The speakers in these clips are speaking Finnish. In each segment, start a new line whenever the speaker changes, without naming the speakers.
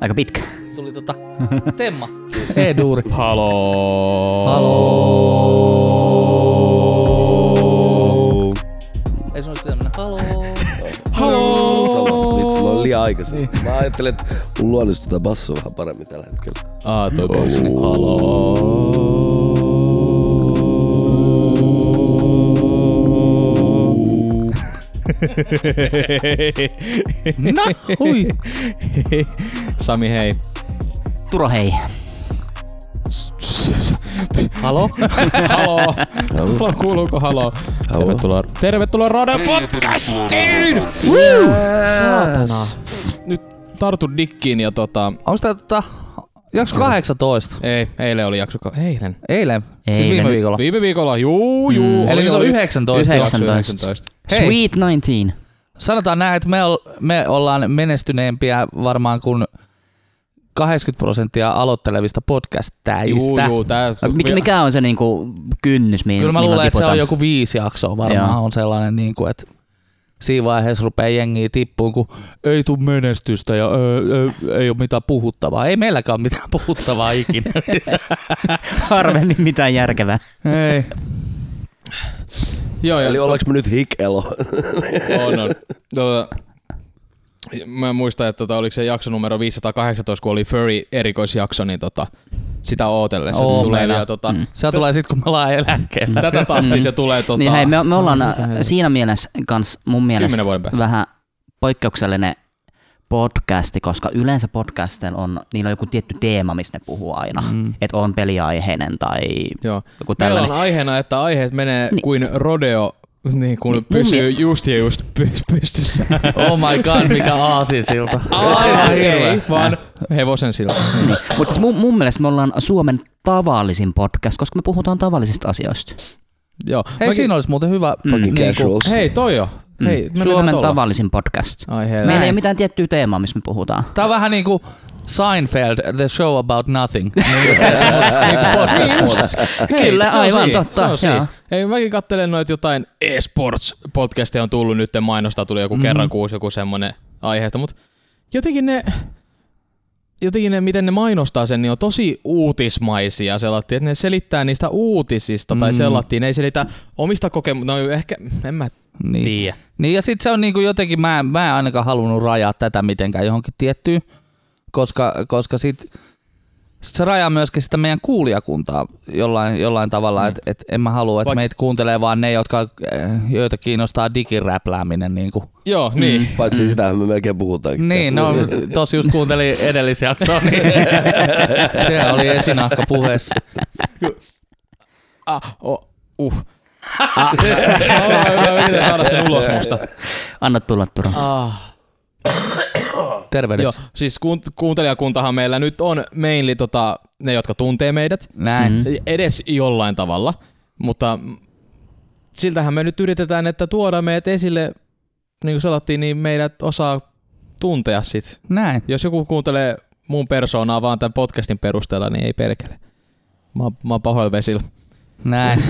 Aika pitkä.
Tuli tota stemma.
E-duuri. Haloo.
Ei sun olisi pitänyt mennä. Haloo.
Haloo.
Vitsi, mä olin liian aikaisin.
Niin.
Mä ajattelin, että mun luonnosta tota bassoa vähän paremmin tällä hetkellä.
Aa, toi bassini. Haloo.
Hui.
Sami, hei.
Turo hei.
Halo? Halo? Halo? Kuuluuko halo? Tervetuloa, tervetuloa Rode Podcastiin!
Saatanas.
Nyt tartu dikkiin ja tota...
Onko tää tota jakso 18?
Ei, eilen oli jakso... ka- Eilen.
Eilen. Siis viime
Eilen.
viikolla.
Viime viikolla, juu, juu.
Mm.
Eli
oli-
nyt on
oli-
19.
jakso
19.
19.
Hei.
Sweet 19.
Sanotaan näin, että me, ol, me ollaan menestyneempiä varmaan kuin 80 prosenttia aloittelevista
Juu,
podcastajista.
juu, tää...
Mikä, mikä on se niinku kynnys, mihin
Kyllä mä
milloin
luulen, että se on
Niin, tiputaan?
joku viisi jaksoa varmaan
Joo.
on sellainen, niin kuin, että siinä vaiheessa rupeaa jengiä tippuun, kun ei tule menestystä ja ö, ö, ei ole mitään puhuttavaa. Ei meilläkään ole mitään puhuttavaa ikinä.
harvemmin mitään järkevää.
ei.
Joo, ja
Eli ollaanko me nyt hikelo?
Mm. on, on. Tota, mä en muista, että tota, oliko se jakso numero 518, kun oli Furry erikoisjakso, niin tota, sitä ootellessa
Oo,
se tulee
meillä.
vielä tota,
Mm.
Se tulee sitten, kun me ollaan eläkkeellä.
tätä tahtia se tulee tota,
Niin hei, me, me ollaan
Mitä helvettiä?
siinä mielessä kans mun mielestä
kymmenen vuoden päästä.
vähän poikkeuksellinen podcasti, koska yleensä podcasteilla on, niillä on joku tietty teema, mistä ne puhuu aina. Mm. Että on peliaiheinen tai
Joo.
joku
Meillä
tällainen.
on aiheena, että aiheet menee
Niin.
niin. kuin rodeo, niin kuin
Niin,
niin,
mun
pysyy just ja just py- pystyssä.
Oh my god, mikä aasinsilta.
Aivan
hirveä.
ei, vaan hevosen siltä.
Niin. Mutta siis mun, mun mielestä me ollaan Suomen tavallisin podcast, koska me puhutaan tavallisista asioista.
Joo.
Hei,
Mäkin-
siinä olisi muuten hyvä.
Fucking
niinku-
casuals.
Hei, toi jo.
Mm.
Hei, me
Suomen
mennään tolla.
tavallisin podcast.
Ai hei,
Meillä ei
lähet.
ole mitään tiettyä teemaa, missä me puhutaan.
Tää on vähän niin kuin Seinfeld, the show about nothing.
Hei,
Kyllä,
se on
aivan
siinä,
totta,
Se on siinä.
joo.
Ei, mäkin kattelen noita jotain eSports-podcasteja on tullut nyt, mainosta tuli
Mhm.
joku kerran kuusi, joku semmonen aiheesta, mutta jotenkin ne, jotenkin ne, miten ne mainostaa sen, niin on tosi uutismaisia sellatti, että ne selittää niistä uutisista tai
Mhm.
Mm.
sellattiin, ne ei selitä omista kokemuksista, no ehkä, en mä
niin.
tiedä.
Niin ja sit se on niinku jotenkin, mä, en- mä en ainakaan halunnut rajaa tätä mitenkään johonkin tiettyyn, koska, koska sit, sit se rajaa myöskin sitä meidän kuulijakuntaa jollain, jollain tavalla, mm. että et en mä halua, että
Vaikka-
meitä kuuntelee vaan ne, jotka, eh, joita kiinnostaa digiräplääminen. Niinku.
Joo, niin. Mm.
Paitsi sitähän me melkein puhutaankin.
Niin, no tosi just kuuntelin edellisen jakson, niin se oli esinahka puheessa.
Ah, oh, uh. Ah. Mä yritän saada sen ulos musta.
Anna tulla, Turo.
Joo,
Tervehdys.
siis kuunt- kuuntelijakuntahan meillä nyt on mainly tota, ne, jotka tuntee meidät. e,
Näin.
Mm.
Mm.
Edes jollain tavalla, mutta siltähän me nyt yritetään, että tuoda meidät esille, niin kuin sanottiin, niin meidät osaa tuntea sit.
Näin.
Jos joku kuuntelee mun persoonaa vaan tämän podcastin perusteella, niin ei perkele. Mä, oon- mä oon pahoilla vesillä.
Näin.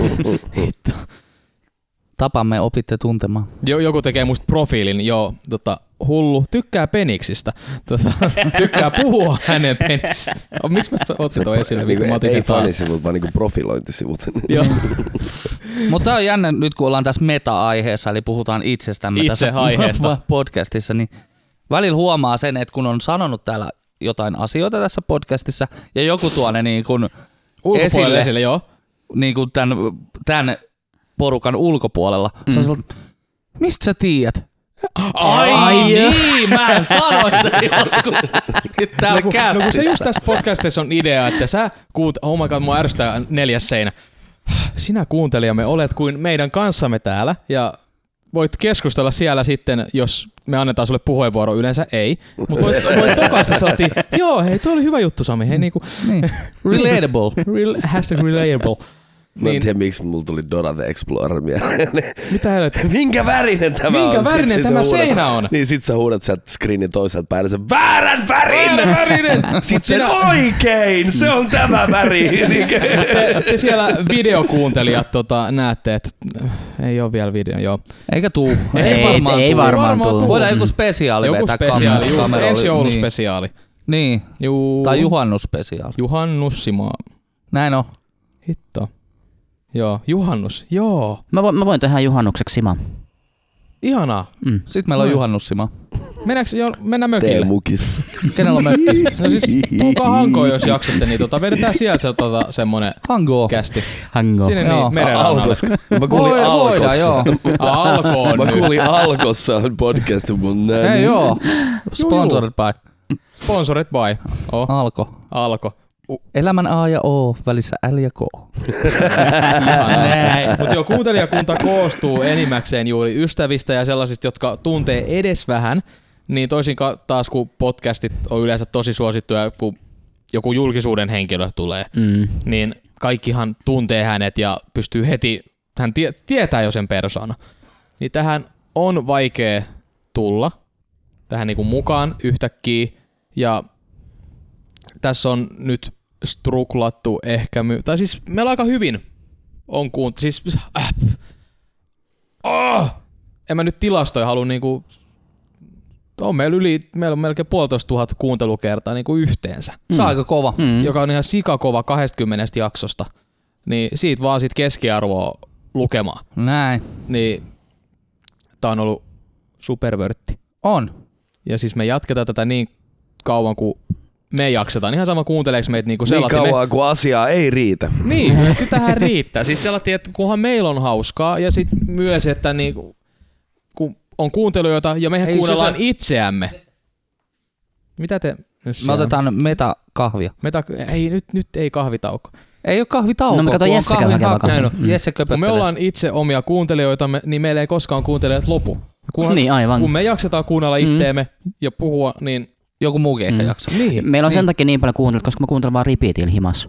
Tapamme opitte tuntemaan.
Jo, joku tekee musta profiilin, joo, tota, hullu, tykkää peniksistä, tota, tykkää puhua hänen peniksistä. O, Miksi mä otin toi esille,
niinku,
niin mä otin
ei
sen taas.
fanisivut, vaan niinku profilointisivut.
Joo,
Mutta tämä Mm. on jännä nyt, kun ollaan tässä meta-aiheessa, eli puhutaan itsestämme tässä
Itseaiheesta.
podcastissa, niin välillä huomaa sen, että kun on sanonut täällä jotain asioita tässä podcastissa, ja joku tuo ne niin kuin,
ulkopuolelle
Esille.
esille, joo.
niin kuin tämän, tämän porukan ulkopuolella, mm. sä sanot, mistä sä tiedät? Ai, Ai niin, mä sanoin tämän joskus. Täällä
no, kun, no kun
kästissä.
se just tässä podcastissa on idea, että sä kuut, oh my god, mua ärsyttää neljäs seinä. Sinä kuuntelijamme olet kuin meidän kanssamme täällä ja voit keskustella siellä sitten, jos me annetaan sulle puheenvuoro, yleensä ei. Mutta voit, voit tokaista sanottiin, joo hei, toi oli hyvä juttu Sami, hei niinku,
Niin. Relatable.
real, hashtag relatable.
Mä en
Niin,
tiedä, miksi mulla tuli Dora the Explorer mieleen.
mitä helvettiä?
Minkä värinen tämä on?
Minkä
Sit-
värinen
sit sä
tämä
huudat-
seinä on?
Niin sit sä huudat sieltä screenin toiselta päin, ja se väärän värin!
Värinen!
Sitten oikein, se on tämä Niin väri. Niinkö?
Te, te siellä videokuuntelijat tota, näette, että ei ole vielä video, joo.
Eikä tuu.
Ei, ei varmaan tuu.
Voidaan
Mm.
joku spesiaali
Joku
vetää
spesiaali,
kam-
juu,
kameralla.
ensi jouluspesiaali.
Niin,
Juu.
tai juhannusspesiaali.
Juhannussimaa.
Näin on.
Hitto. Joo, juhannus. Joo.
Mä, voin, mä voin tehdä juhannukseksi Sima.
Ihanaa.
Mm.
Sitten meillä on
Noin.
juhannussima.
Mennäänkö, jo, mennään mökille?
Teemukissa.
Kenellä on mökki?
No siis, tulkaa hankoon, jos jaksatte, niin tota, vedetään sieltä se, tota, semmonen
Hangoa.
kästi.
Hango.
Sinne
Joo.
niin merenrannalle.
Alkos. Mä kuulin
Voi-
alkossa.
voidaan, joo.
Alkoon
Mä
nyt.
kuulin alkossa podcastin mun äh, niin näin.
Ei joo. Sponsored by
Sponsorit by. Oh,
Alko.
alko.
Elämän A ja O, välissä L ja K.
Mutta joo, kuuntelijakunta koostuu enimmäkseen juuri ystävistä ja sellaisista, jotka tuntee edes vähän, niin toisin ka- taas kun podcastit on yleensä tosi suosittuja, kun joku julkisuuden henkilö tulee,
Mm.
niin kaikkihan tuntee hänet ja pystyy heti, hän tie- tietää jo sen persona. Niin tähän on vaikea tulla tähän niinku mukaan yhtäkkiä ja tässä on nyt struklattu ehkä, my- tai siis meillä aika hyvin on kuunt... Siis... Äh. Oh! En mä nyt tilastoja halua niinku... On meillä yli, meillä on melkein puolitoista tuhat kuuntelukertaa niinku yhteensä,
Se
Mm.
on aika kova.
Mm.
joka on ihan sikakova 20 jaksosta. Niin siitä vaan sit keskiarvoa lukemaan.
Näin.
Niin tää on ollut supervörtti.
On.
Ja siis me jatketaan tätä niin kauan kuin me jaksetaan. Ihan sama kuunteleeko meitä niinku
Niin
sellattiin. Me-
kauan kuin asiaa ei riitä.
Niin, että sitähän riittää. Siis sellainen, että kunhan meillä on hauskaa ja sitten myös, että niinku, kun on kuuntelijoita ja mehän
Ei,
Ei, kuunnellaan
se-
se... itseämme. Mitä te? nyt
Me
siellä-
otetaan meta kahvia.
Meta... Ei, nyt, nyt ei kahvitauko.
Ei ole kahvitauko.
No me kato
kun on
Jesse käy
kahvin
hakemassa
haku.
kahvia.
Näin on. Jesse
Mm. Kun me
köpöttelee.
ollaan itse omia kuuntelijoitamme, niin meillä ei koskaan kuuntelijat lopu. Kunhan,
Niin, aivan.
Kun me jaksetaan kuunnella itteemme mm. ja puhua, niin...
Joku muukin ehkä
Mm.
jaksaa.
Niin.
Meillä on sen takia niin paljon kuuntelut, koska mä kuuntelen vaan repeatillä himas.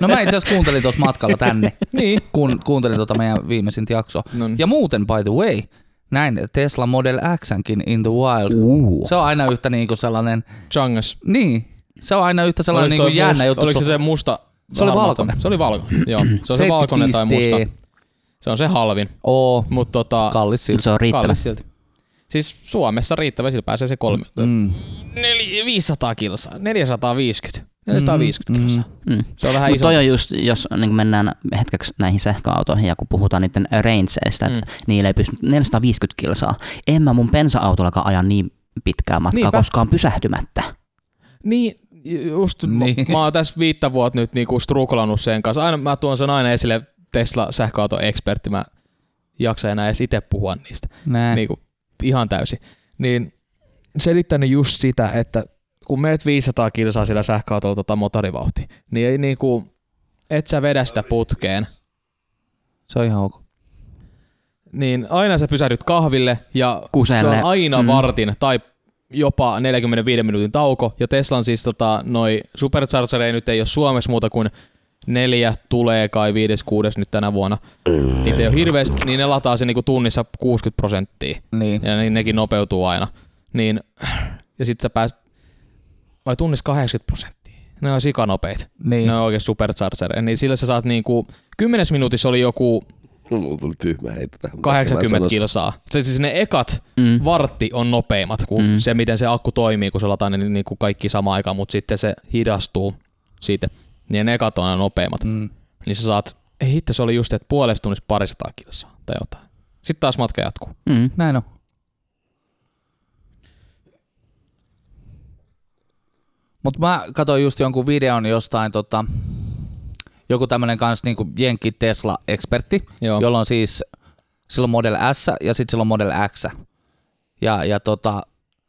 No mä itse asiassa kuuntelin tuossa matkalla tänne,
Niin.
kun kuuntelin tuota meidän viimeisintä jaksoa.
No
Hmm.
niin.
Ja muuten, by the way, näin Tesla Model Xnkin in the wild.
Uh.
Se on aina yhtä niinku sellainen,
Changas.
niin, se on aina yhtä sellainen
Oliko
niinku
toi
jännä
must-
juttu.
Oliko se se musta?
Se oli
harmaa-
valkoinen.
Se oli valkoinen, joo. Se on se
75D.
valkoinen tai musta. Se on se halvin.
Oo,
Mutta tota,
kallis silti.
Se on riittävä.
kallis silti. Siis Suomessa riittävä, sillä pääsee se kolme. Mm.
Mm.
500 kilsaa, 450. 450 mm. kilsaa.
Mm.
Se on vähän
Mutta
iso.
toi on just, jos niin mennään hetkeksi näihin sähköautoihin ja kun puhutaan niiden rangeista, että mm. niillä ei pysty 450 kilsaa. En mä mun bensa-autollakaan aja niin pitkää matkaa
Niinpä.
Niinpä. koskaan pysähtymättä.
Niin, just
Niin.
niin. mä oon tässä viittä vuotta nyt niinku struklannut sen kanssa. Aina mä tuon sen aina esille Tesla sähköauto ekspertti, mä jaksa enää edes itse puhua niistä.
Näin.
Niinku, ihan täysin. Niin selittänyt just sitä, että kun meet 500 kilsaa sillä sähköautolla tota motorivauhtia, niin ei niinku, et sä vedä sitä putkeen,
Se on ihan ok.
niin aina sä pysähdyt kahville ja
Kuselle.
se on aina
Mm.
mm. vartin tai jopa 45 minuutin tauko. Ja Teslan siis tota, noi supercharger ei nyt ei ole Suomessa muuta kuin neljä tulee kai viides kuudes nyt tänä vuonna. Niitä ei ole hirveästi, niin ne lataa se niinku tunnissa 60 prosenttia.
Niin.
Ja ne, nekin nopeutuu aina. Niin, ja sit sä pääst, vai tunnissa 80 prosenttia. Ne on sikanopeet.
Niin.
Ne on oikein supercharger. Niin sillä sä saat niinku, kymmenes minuutissa oli joku
No, Mulla tuli tyhmä heitä tähän.
80 kilsaa. Se, siis ne ekat
Mm.
vartti on nopeimmat kuin
Mm.
mm. se, miten se akku toimii, kun se lataa ne niin kuin kaikki samaan aikaan, mutta sitten se hidastuu siitä. Niin ne ekat on aina nopeimmat. Mm.
Mm.
Niin sä saat, ei hitto, se oli just, että puolesta tunnissa parisataa kilsaa tai jotain. Sitten taas matka jatkuu.
Mm.
Näin on. Mutta mä katsoin just jonkun videon jostain, tota, joku tämmönen kans niinku Jenki Tesla-ekspertti,
Joo.
jolla on siis silloin Model S ja sitten silloin Model X. Ja, ja tota,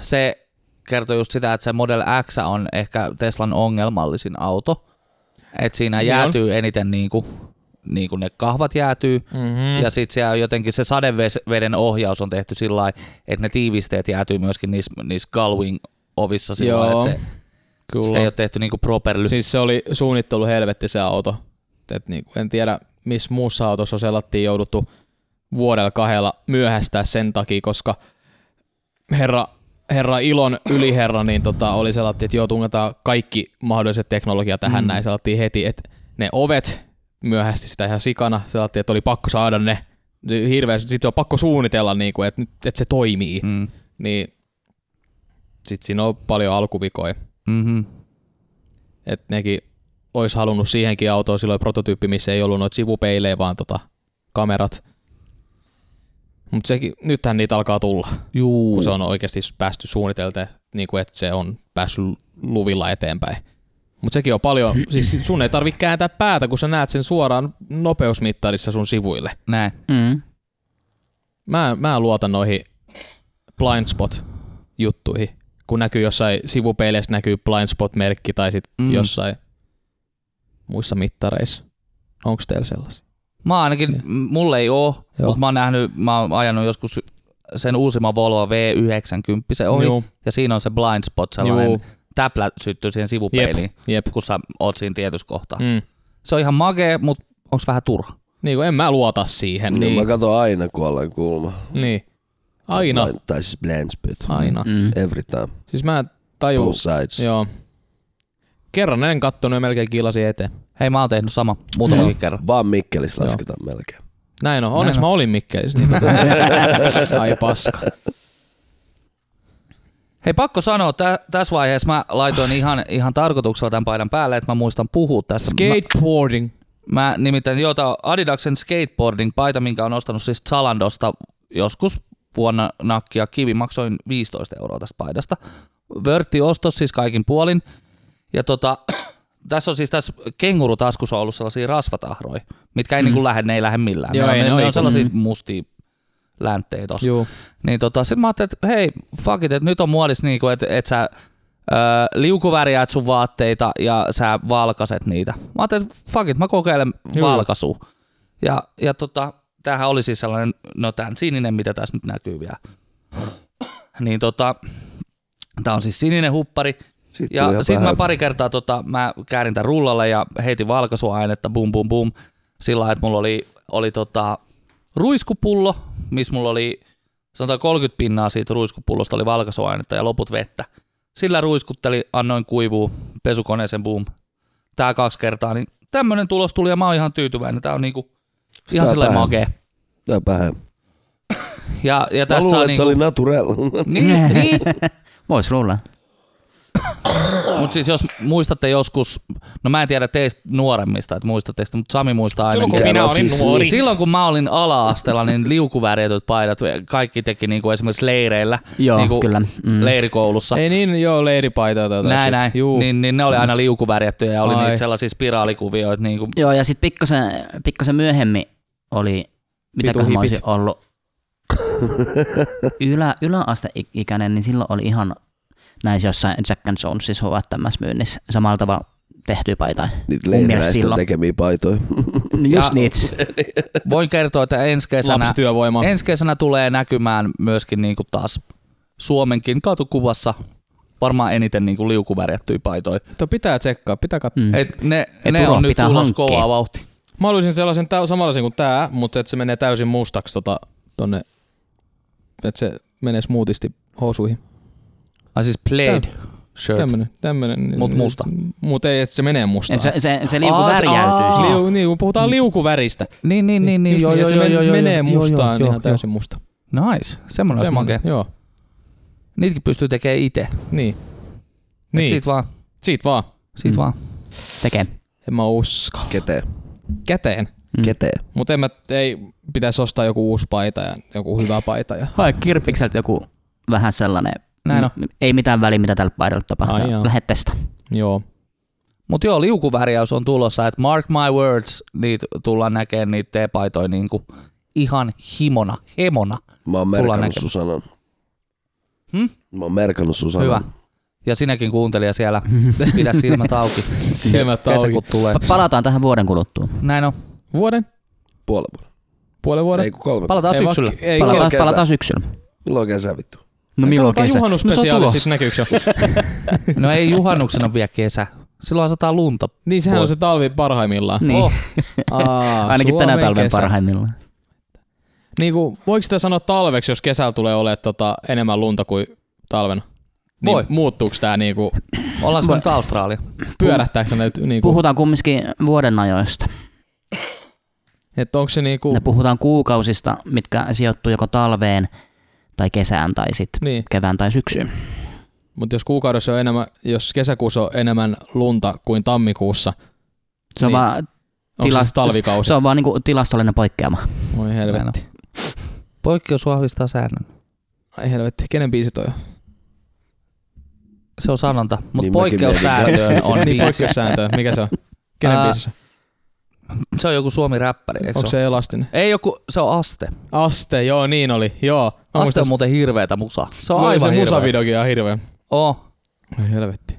se kertoi just sitä, että se Model X on ehkä Teslan ongelmallisin auto. Että siinä
Niin
jäätyy eniten niinku, niinku ne kahvat jäätyy,
Mm-hmm.
ja sitten siellä on jotenkin se sadeveden ohjaus on tehty sillä lailla, että ne tiivisteet jäätyy myöskin niissä, niissä Galwing ovissa sillä
Joo,
lailla, että se, sitä ei
Kyllä.
ole tehty niinku properly.
Siis se oli suunnittelu helvetti se auto. Et niinku, en tiedä, missä muussa autossa selattiin jouduttu vuodella kahdella myöhästää sen takia, koska herra, herra Ilon yliherra niin tota, oli selatti, että joo, tungetaan kaikki mahdolliset teknologia tähän mm. näin. Selattiin heti, että ne ovet myöhästi sitä ihan sikana. Selattiin, että oli pakko saada ne. niinku, Mm. Hirveästi, sitten on pakko suunnitella, niin kuin, että, nyt- että se toimii. Mm.
Mm.
Niin sit siinä on paljon alkuvikoja.
Mm-hmm.
Et nekin olisi halunnut siihenkin autoon silloin prototyyppi, missä ei ollut noita sivupeilejä, vaan tota, kamerat. Mutta sekin, nythän niitä alkaa tulla,
Juu.
kun se on oikeasti päästy suunnitelta, niin kuin että se on päässyt luvilla eteenpäin. Mutta sekin on paljon, siis sun ei tarvitse kääntää päätä, kun sä näet sen suoraan nopeusmittarissa sun sivuille.
Näin.
Mm.
Mä, mä luotan noihin blind spot juttuihin, kun näkyy jossain sivupeileissä näkyy blind spot merkki tai sitten
Mm.
mm. jossain muissa mittareissa. Onko teillä sellaisia?
Mä ainakin, m- mulla ei oo,
Joo.
mutta mä oon nähnyt, mä oon ajanut joskus sen uusimman Volvo V90 ohi, Joo.
Joo.
ja siinä on se blind spot sellainen
Juu.
täplä syttyy siihen sivupeiliin,
Jep.
kun sä oot siinä tietyssä kohtaa. Mm.
Mm.
Se on ihan magee, mutta onks vähän turha?
Niin kuin en mä luota siihen.
Niin. Mä
Niin.
katson aina, kun ollaan kulma.
niin. Aina.
Tai- Tai siis blind spot.
Aina.
Mm.
Every time.
Siis mä en taju.
Both sides.
Joo. Kerran en kattonut ja melkein kiilasin eteen.
Hei, mä oon tehnyt sama muutamankin kerran.
Vaan Mikkelis lasketaan melkein.
Näin on. Onneksi
Näin
mä olin Mikkelissä. Niin Ai paska.
Hei, pakko sanoa, tä- tässä vaiheessa mä laitoin ihan, ihan tarkoituksella tämän paidan päälle, että mä muistan puhua tästä.
Skateboarding.
Mä nimittäin, joo, tää on Adidaksen skateboarding-paita, minkä on ostanut siis Zalandosta joskus vuonna nakkia kivi. Maksoin 15 euroa tästä paidasta. Vörtti ostos siis kaikin puolin. Ja tota, tässä on siis tässä kengurutaskussa on ollut sellaisia rasvatahroja, mitkä ei mm. niinku lähde, ne ei lähde millään.
Joo,
ne, on-
ei
ne,
ne
ne
ole
on sellaisia
ikuisia.
mustia länttejä tossa.
Joo.
Niin tota, sit mä ajattelin, että hei, fuck it, että nyt on muodissa niinku, että et sä ö, liukuväriät sun vaatteita ja sä valkaset niitä. Mä ajattelin, että fuck it, mä kokeilen
Juu.
valkasua. Ja, ja tota, tämähän oli siis sellainen, no tämän sininen, mitä tässä nyt näkyy vielä. niin tota, tää on siis sininen huppari.
Siitä tuli
Ja
ihan
sitten mä
vähän-
pari kertaa tota, mä käärin tämän rullalle ja heitin valkaisuainetta, bum bum bum, sillä lailla, että mulla oli, oli tota, ruiskupullo, missä mulla oli sanotaan 30 pinnaa siitä ruiskupullosta oli valkaisuainetta ja loput vettä. Sillä ruiskutteli, annoin kuivuu pesukoneeseen, boom. Tää kaksi kertaa, niin tämmönen tulos tuli ja mä oon ihan tyytyväinen. Tää on niinku
Tää
ihan silleen
päähän.
makee.
Tää vähän.
Ja, ja
Mä
tässä
luulen,
on
että se
niinku,
oli naturel.
niin, niin,
Vois luulla.
Mutta siis jos muistatte joskus, no mä en tiedä teistä nuoremmista, että muistatte sitä, mutta Sami muistaa ainakin.
Silloin kun
Mikä
minä
on
olin
siis-
nuori.
Silloin kun mä olin ala-asteella, niin liukuvärjetyt paidat, kaikki teki niinku esimerkiksi leireillä,
Joo,
niinku
kyllä. Mm.
leirikoulussa.
Ei niin, joo, leiripaitoja tai
näin, näin.
Juu. Mm.
Niin, niin, ne oli aina liukuvärjettyjä ja oli
Ai.
niitä sellaisia spiraalikuvioita. Niinku,
Joo, ja sitten pikkasen, pikkasen myöhemmin oli, mitäköhän mä olisin
Pituhipit.
ollut, ylä, yläasteikäinen, niin silloin oli ihan näissä jossain Jack and Jonesissa HTMS myynnissä samalla tavalla tehtyä paitaa.
Niitä
Mun mielestä
leiriläisten
silloin.
tekemiä paitoja.
No
just
just
niitä.
niitä.
voin kertoa, että ensi kesänä,
Lapsityövoima.
ensi kesänä tulee näkymään myöskin niinku taas Suomenkin katukuvassa varmaan eniten niinku liukuvärjättyjä paitoja.
Tuo pitää tsekkaa, pitää katsoa. Mm.
Et ne,
Et
ne
uro
on nyt
pitää
ulos
hankkia.
kovaa vauhtia.
Mä haluaisin sellaisen tä- samanlaisen kuin tää, mutta että se menee täysin mustaksi tota, tonne, että se menee smoothisti housuihin.
Ai siis plaid shirt.
Tämmönen, tämmönen. niin-
Mut musta.
Mut ei, että se menee mustaan. Siis
Se, se, se liuku
Aa, se-
värjäytyy.
aa.
siinä.
Liu, niin, kun puhutaan liukuväristä.
Niin, niin, niin, niin.
Just
Joo,
niin,
joo,
että
joo,
se
joo,
men-
joo,
menee
joo,
mustaan, niin
joo,
ihan
joo.
täysin musta.
Nice, semmoinen olisi makea.
joo.
Niitäkin pystyy tekemään itse.
Niin.
Niin.
Niin,
Siitä vaan,
siitä vaan.
siitä mm.
Mm.
vaan.
Tekee.
En mä uskalla.
Keteen.
Käteen.
Mm.
Keteen.
Mut en mä, ei pitäisi ostaa joku uusi paita ja joku hyvä paita. Ja...
Hae kirpikseltä joku vähän sellainen,
Näin on.
m- ei mitään väliä mitä tällä paidalla
Ai
tapahtuu.
joo.
Lähde testaa.
Joo.
Mut joo, liukuvärjäys on tulossa, että mark my words, niitä tullaan näkemään niitä teepaitoja niinku ihan himona, hemona.
Mä oon
Tullaan
merkannut
näkemään.
Susanan.
Hmm?
Mä oon merkannut Susanan.
Hyvä. Ja sinäkin kuuntelija siellä, pidä silmät auki.
Silmät auki.
Kesäkut tulee.
Pa- Palataan tähän vuoden kuluttua.
Näin on.
Vuoden?
Puolen vuoden.
Puolen vuoden?
Ei kun kolme.
Palataan
Ei vaan-
syksyllä.
Ei,
Palataan-
Palataan,
kesä.
palataan syksyllä.
Milloin kesä vittu?
No milloin
Tämä on
kesä?
juhannuspesiaali
No se on
siis näkyykö se?
No ei juhannuksena vielä kesä. Silloin sataa lunta.
Niin sehän on se talvi parhaimmillaan.
Niin.
Oh.
Aa,
Ainakin
Suomen
tänä talven
kesä.
parhaimmillaan.
Niin kuin, voiko sitä sanoa talveksi, jos kesällä tulee olemaan tota, enemmän lunta kuin talvena? Niin,
Voi.
Muuttuuko tämä niinku,
Ollaanko me nyt Australia?
pyörähtääkö ne niinku,
Puhutaan kumminkin vuoden ajoista.
että onko se niinku,
Ja puhutaan kuukausista, mitkä sijoittuu joko talveen tai kesään tai sitten
niin,
kevään tai syksyyn.
Mutta jos kuukaudessa on enemmän, jos kesäkuussa on enemmän lunta kuin tammikuussa,
Se on
Niin.
vaan,
onko se
Tilast-
siis talvikausi?
se on vaan niinku tilastollinen poikkeama.
Voi helvetti.
Poikkeus vahvistaa säännön.
Ai helvetti, kenen biisi toi on?
Se on sanonta, mutta
Niin
niin
mäkin
poikkeussääntöön
mietin
on
niin,
biisi.
poikkeussääntöä. Mikä se on? Kenen
Ää,
biisi se on?
Se on joku suomi-räppäri, eikö
Onko
se?
se elastinen?
Ei joku, se on Aste.
Aste, joo, niin oli. Joo. Mä
Aste
muistan-
on muuten hirveetä musaa. Se on
oli
aivan
se
hirveä.
musavideokin ihan hirveä.
Oh.
Ai helvetti.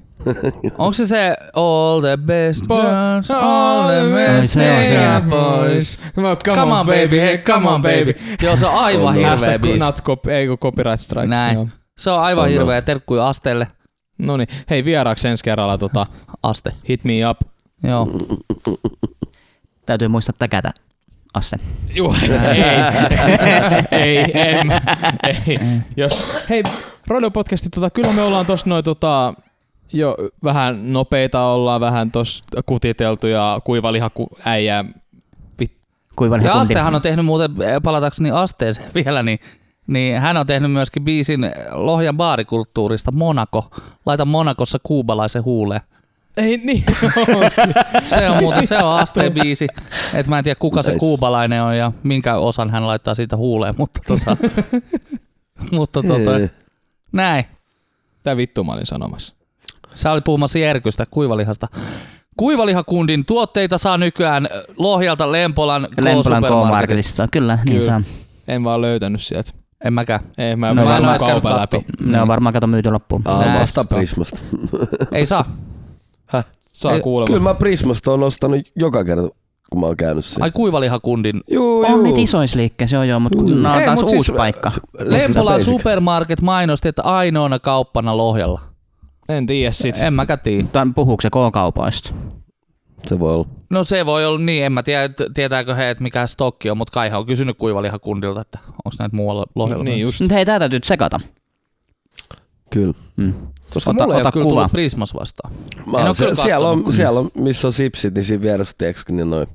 Onko se se All the best
Po-
girls, all the
Ai,
best
se on se.
they are boys.
Come, come on baby, hei come on baby.
Joo, se on aivan
On, on.
hirveä
Hashtag
biisi.
not cop, ei kun copyright strike.
Näin.
Joo.
Se on aivan
On, on.
hirveä terkkuja asteelle.
No niin, hei vieraaksi ensi kerralla tota,
Aste.
hit me up.
Joo.
Täytyy muistaa täkätä Asse.
Juu, ei, ei, en, ei. Jos, hei, Radio Podcasti, tota, kyllä me ollaan tossa noin tota, jo vähän nopeita ollaan, vähän tossa kutiteltu ja kuivalihaku äijää.
Kuivan
Ja
hekunti.
Astehan on tehnyt muuten, eh, palatakseni Asteeseen vielä, niin, niin hän on tehnyt myöskin biisin Lohjan baarikulttuurista Monaco. Laita Monakossa kuubalaisen huuleen.
Ei niin.
Se on muuten, se on Asteen biisi. Et mä en tiedä kuka se
Nice.
kuubalainen on ja minkä osan hän laittaa siitä huuleen, mutta tota, mutta tota,
Ei.
näin.
Tää vittu mä olin sanomassa.
Sä olit puhumassa Jerkystä, kuivalihasta. Kuivalihakundin tuotteita saa nykyään ö, Lohjalta Lempolan
Lempolan
K-supermarketista.
K-Marketista. Kyllä,
Kyllä.
niin saa.
En vaan löytänyt sieltä.
En mäkään.
Ei,
No,
mä, no,
mä
mä
en
en
ois
ole
käynyt
kaupan läpi.
kattoo.
Mm. Ne on varmaan kato myyty loppuun.
Aa,
Näin.
vasta Prismasta.
Ei saa.
Saa
Ei,
kuulemma.
Kyllä mä Prismasta on ostanut joka kerta, kun mä oon käynyt siellä.
Ai kuivalihakundin.
Juu,
On niitä
juu.
isoissa liikkeissä, joo joo, mutta
Juu.
nämä on
Ei,
taas
mut
uusi
siis-
paikka.
sitä
Lempolan
basic?
supermarket mainosti, että ainoana kauppana Lohjalla.
En tiedä sit.
En mäkään tiedä.
Tän puhuuko se K-kaupoista?
Se voi olla.
No se voi olla niin, en mä tiedä, että tietääkö he, että mikä stokki on, mutta Kaiha on kysynyt kuivalihakundilta, että onko näitä muualla lohjalla.
Niin just.
Nyt hei, tää täytyy tsekata.
Kyllä.
Mm.
Koska
Ota-
mulle ei
ota
ole kyllä
kuva.
tullut Prismas vastaan.
Mä
En oo
oon siellä,
kyllä
siellä,
kattonut.
on, siellä on, missä on sipsit, niin siinä vieressä, tiedätkö, niin noin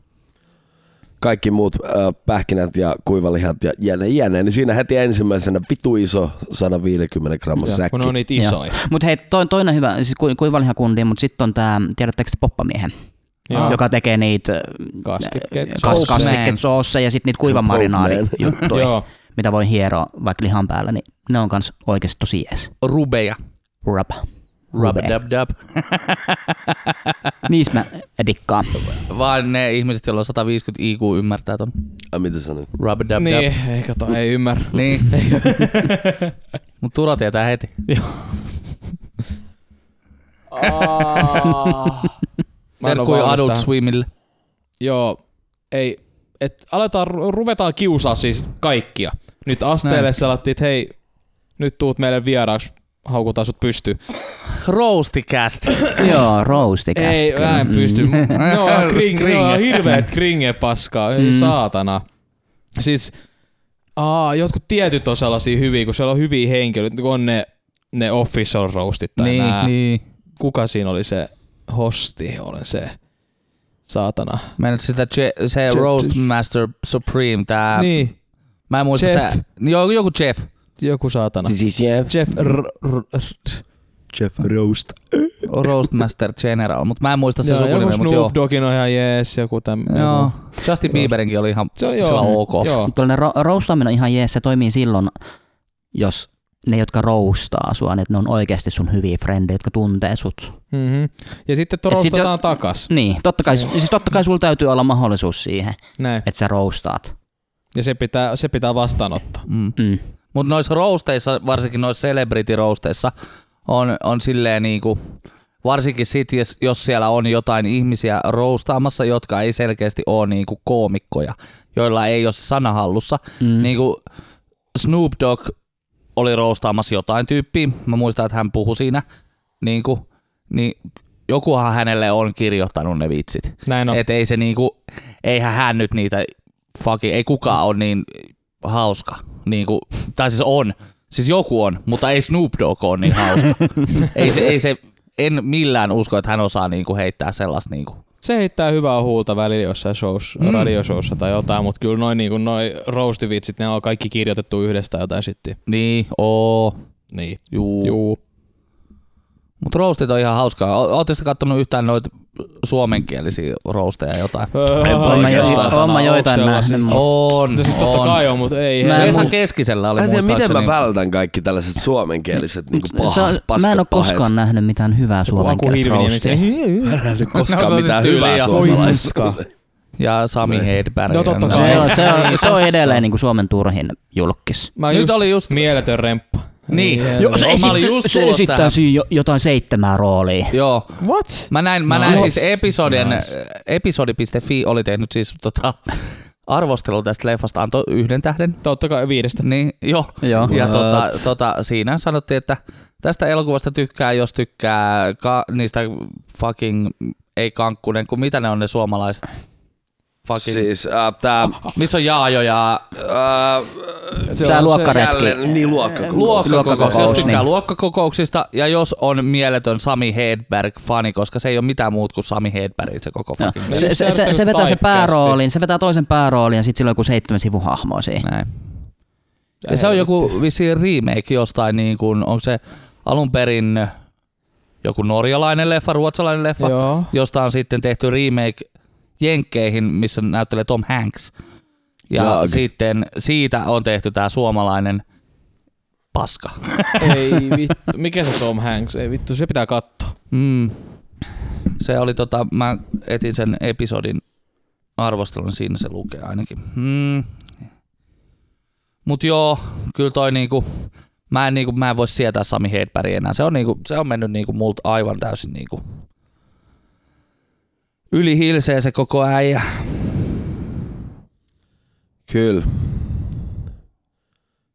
kaikki muut äh, pähkinät ja kuivalihat ja jäne, jäne, niin siinä heti ensimmäisenä vitu iso 150 gramma
Ja,
säkki.
kun on niitä isoja.
Mutta hei, toi, toinen hyvä, siis ku, kuivalihakundi, mutta sitten on tämä, tiedättekö te poppamiehen,
Joo.
joka tekee niitä ö,
Kastikkeet.
kas,
Soap man.
kastikkeet soossa ja sitten niitä
Joo.
kuivamarinaadijuttuja,
Joo.
mitä voi hieroa vaikka lihan päällä, niin ne on kans oikeasti tosi jees.
Rubeja.
Rub.
Rub dub dub.
Niistä mä dikkaan.
Vaan ne ihmiset, joilla on 150 IQ ymmärtää ton.
Ai, mitä sä nyt?
Rub dub dub.
Niin, ei kato, ei ymmärrä.
Niin. Mut Tura tietää heti.
Mä en oo
Terkkuja
valmis
Adult
tähän.
Swimille.
Joo, ei. Et aletaan, ru- ruvetaan kiusaa siis kaikkia. Nyt asteelle
Näin.
salattiin, että hei, nyt tuut meille vieraaksi, haukutaan sut pystyyn.
Roasticast.
Joo, roastikästä.
Ei,
kyllä.
mä en pysty.
Mm.
Ne on, kring, ne on
Kringe.
hirveet kringe paskaa, ei
Mm.
saatana. Siis, aa, jotkut tietyt on sellaisia hyviä, kun siellä on hyviä henkilöitä, kun on ne, ne official roastit tai
niin,
nää.
niin.
Kuka siinä oli se hosti, olen se saatana.
Mä nyt sitä Je- se Roast Master Supreme, tää...
niin,
Mä en muista
Jeff.
se... Joo, joku Jeff.
joku saatana.
Siis-
This is Jeff,
Jeff r- r-
Jeff Roast.
Roastmaster General, mutta mä en muista sen
Joo, joku
sukunimen, mutta joo.
Snoop Doggin on ihan jees, joku tämmöinen.
Joo. Justin Bieberinkin oli ihan
Se on joo.
sillä ok.
Joo.
Tuollainen ro- roustaaminen on ihan jees, se toimii silloin, jos ne, jotka roustaa sua, niin että ne on oikeasti sun hyviä frendejä, jotka tuntee sut.
Mm-hmm. Ja sitten
sit
roastataan takas.
Niin, totta kai, siis totta kai sulla täytyy olla mahdollisuus siihen,
Näin.
että sä roustaat.
Ja se pitää, se pitää vastaanottaa.
Mm.
Mm.
Mutta noissa rousteissa, varsinkin noissa celebrity-rousteissa, on, on silleen niinku, varsinkin sit, jos, jos siellä on jotain ihmisiä roustaamassa, jotka ei selkeästi ole niinku koomikkoja, joilla ei ole se sana hallussa. Mm.
Niin
Niinku Snoop Dogg oli roustaamassa jotain tyyppiä, mä muistan, että hän puhui siinä, niinku, niin jokuhan hänelle on kirjoittanut ne vitsit.
Näin
No. Et ei se niinku, eihän hän nyt niitä, fucking, ei kukaan ole niin hauska. Niinku, tai siis on, siis joku on, mutta ei Snoop Dogg ole niin hauska. ei, se, ei se, en millään usko, että hän osaa niinku heittää sellaista niinku.
Se heittää hyvää huulta välillä jossain shows, mm. radioshowssa tai jotain, mutta kyllä noin niinku, noi roastivitsit, ne on kaikki kirjoitettu yhdestä jotain sitten.
Niin, oo,
Niin.
niin, juu.
Juu.
mutta roastit on ihan hauskaa. O- Ootteko kattonut yhtään noita suomenkielisiä roosteja jotain?
Oon mä, jo,
saatana,
oon mä joitain nähnyt. mut-
On,
No siis totta
on.
kai on, mutta ei.
Mä
hei.
en
Vesa
muista.
Keskisellä oli
Mä en tiedä, miten mä
muistaakseni.
vältän kaikki tällaiset suomenkieliset niin
Se on-
pahas,
mä en ole
paskat
koskaan
pahet.
nähnyt mitään hyvää
Joku Aku
suomenkielistä
Hirviniemi, se-
roastia.
Mä en nähnyt koskaan
se on siis
mitään
tyyli
hyvää
ja-
suomalaista.
Oi,
Ja Sami Hedberg.
No totta kai.
Se on, se on, se on edelleen niin kuin Suomen turhin julkis.
Mä
Nyt
just,
oli just-
mieletön remppa.
Niin.
Joo, se,
Mä olin
esittä,
just
se
tulossa
esittää
tähän.
siinä jo- jotain seitsemää roolia.
Joo.
What?
Mä näin, mä
Nice.
näin siis episodien, episodi.fi oli tehnyt siis tota, arvostelu tästä leffasta, antoi yhden tähden.
Totta kai viidestä.
Niin, joo.
Joo.
Ja
What?
tota, tota, siinä sanottiin, että tästä elokuvasta tykkää, jos tykkää ka- niistä fucking, ei kankkunen, kun mitä ne on ne suomalaiset? Fucking,
Siis äh, tää,
missä on Jaajo ja
äh,
Se
Tää
on se-
luokkaretki.
jälleen, niin luokkakokous.
luokkakokous, jos
Luokkakokous,
tykkää
niin.
luokkakokouksista ja jos on mieletön Sami Hedberg-fani, koska se ei ole mitään muut kuin Sami Hedberg se koko
Joo.
fucking.
Se, se, se, se vetää se pääroolin, se vetää toisen pääroolin ja sitten sillä on joku seitsemän sivuhahmoa siinä.
Näin. Ja se on joku vissiin remake jostain, niin kuin, onko se alun perin joku norjalainen leffa, ruotsalainen leffa, Joo.
Joo.
josta on sitten tehty remake Jenkkeihin, missä näyttelee Tom Hanks. Ja
Jaag.
sitten siitä on tehty tämä suomalainen paska.
Ei vittu. Mikä se Tom Hanks? Ei vittu, se pitää katsoa.
Mm. Se oli tota, mä etin sen episodin arvostelun, siinä se lukee ainakin. Mm. Mut joo, kyllä toi niinku, mä en, niinku, mä en voi sietää Sami Hedbergia enää. Se on, niinku, se on mennyt niinku multa aivan täysin niinku yli hilsee se koko äijä. Siis-
Kyllä.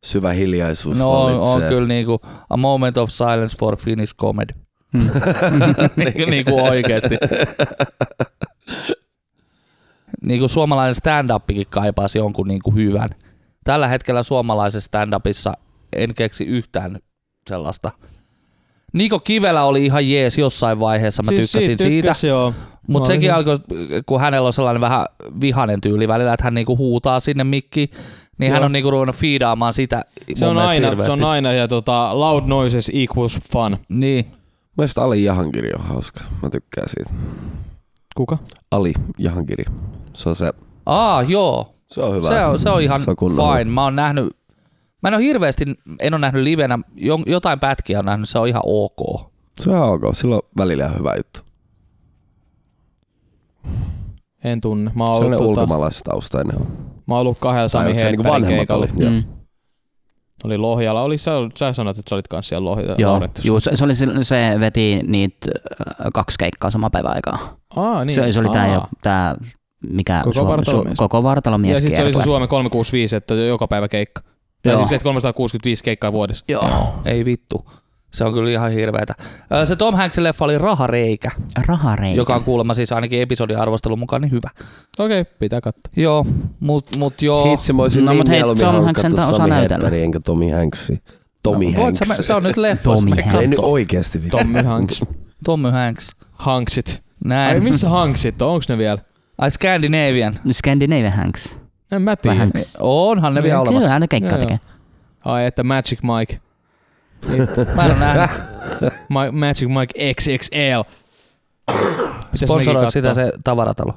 Syvä hiljaisuus
No on, on
vallitsee.
kyllä niinku a moment of silence for Finnish comedy.
Hmm.
niin, niin kuin oikeasti. niin kuin suomalainen stand-upikin kaipaisi jonkun niin kuin hyvän. Tällä hetkellä suomalaisessa stand-upissa en keksi yhtään sellaista. Niko Kivelä oli ihan jees jossain vaiheessa, mä siis tykkäsin siitä.
tykkäs, Joo.
Mutta
Mä
sekin
olin-
alkoi, kun hänellä on sellainen vähän vihanen tyyli välillä, että hän niinku huutaa sinne mikkiin, niin
Joo.
hän on niinku ruvennut fiidaamaan sitä
Se
mun
on,
mielestä
aina, se
hirveästi.
on aina ja tota, loud noises equals fun.
Niin.
Mielestäni Ali Jahankiri on hauska. Mä tykkään siitä.
Kuka?
Ali Jahankiri. Se on se.
Aa, joo.
Se on hyvä.
Se on, se on ihan
Se on kunnolla.
fine. Mä oon nähnyt, mä en ole hirveästi, en ole nähnyt livenä, jo- jotain pätkiä on nähnyt, se on ihan ok.
Se on ok. Sillä on välillä ihan hyvä juttu.
En tunne. Mä oon
Se on
ollut, tota, mä
ulkomaalaistaustainen.
oon ollut kahdella Sami
onko se niinku
Hedbergin
vanhemmat
keikalla.
oli? Joo.
Mm.
Oli Lohjalla. Oli, sä, sä sanoit, että sä olit kanssa siellä Lohjalla.
Joo,
Laurittis.
juu, se, se, oli, se- se veti niitä äh, kaksi keikkaa saman päivän aikaa.
Aa, niin.
Niin, se, se oli tää,
Aa.
jo, tää mikä
Koko vartalomies.
koko vartalomies
Ja sitten se oli se
kiertue.
Suomen 365, että joka päivä keikka. Tai
Joo.
siis se, että 365 keikkaa vuodessa.
Joo.
Ei vittu. Se on kyllä ihan hirveetä. Ö, Se Tom Hanksin leffa oli Rahareikä,
Rahareikä.
joka on kuulemma siis ainakin episodin arvostelun mukaan niin hyvä.
Okei, okay, pitää katsoa.
Joo, mut, mut joo.
Hitsi, mä olisin
No,
niin
mut hei,
mieluummin
Tom
halunnut
Hanksen
katsoa
tää osaa
Sami
näytellä.
Hedberg enkä Tommy Hanksi. Tommy
No, Voit
Hanks.
sä me- se on nyt leffos.
Tommy
me
Hanks.
Ei nyt
katso.
oikeesti vittu.
Tommy Hanks.
Tommy Hanks.
Hanksit.
Näin.
Ai, missä Hanksit on? Onks ne vielä?
Ai Scandinavian.
Scandinavian Hanks.
En mä
Vai
tiedä.
Hanks.
Onhan ne vielä olemassa.
Kyllä, ne keikkaa
Joo, joo.
tekee.
Ai että Magic Mike.
Mä en ole nähnyt.
Ma- Magic Mike XXL. Pitäis
Sponsoroiko
nekin
sitä
katsoa.
se tavaratalo?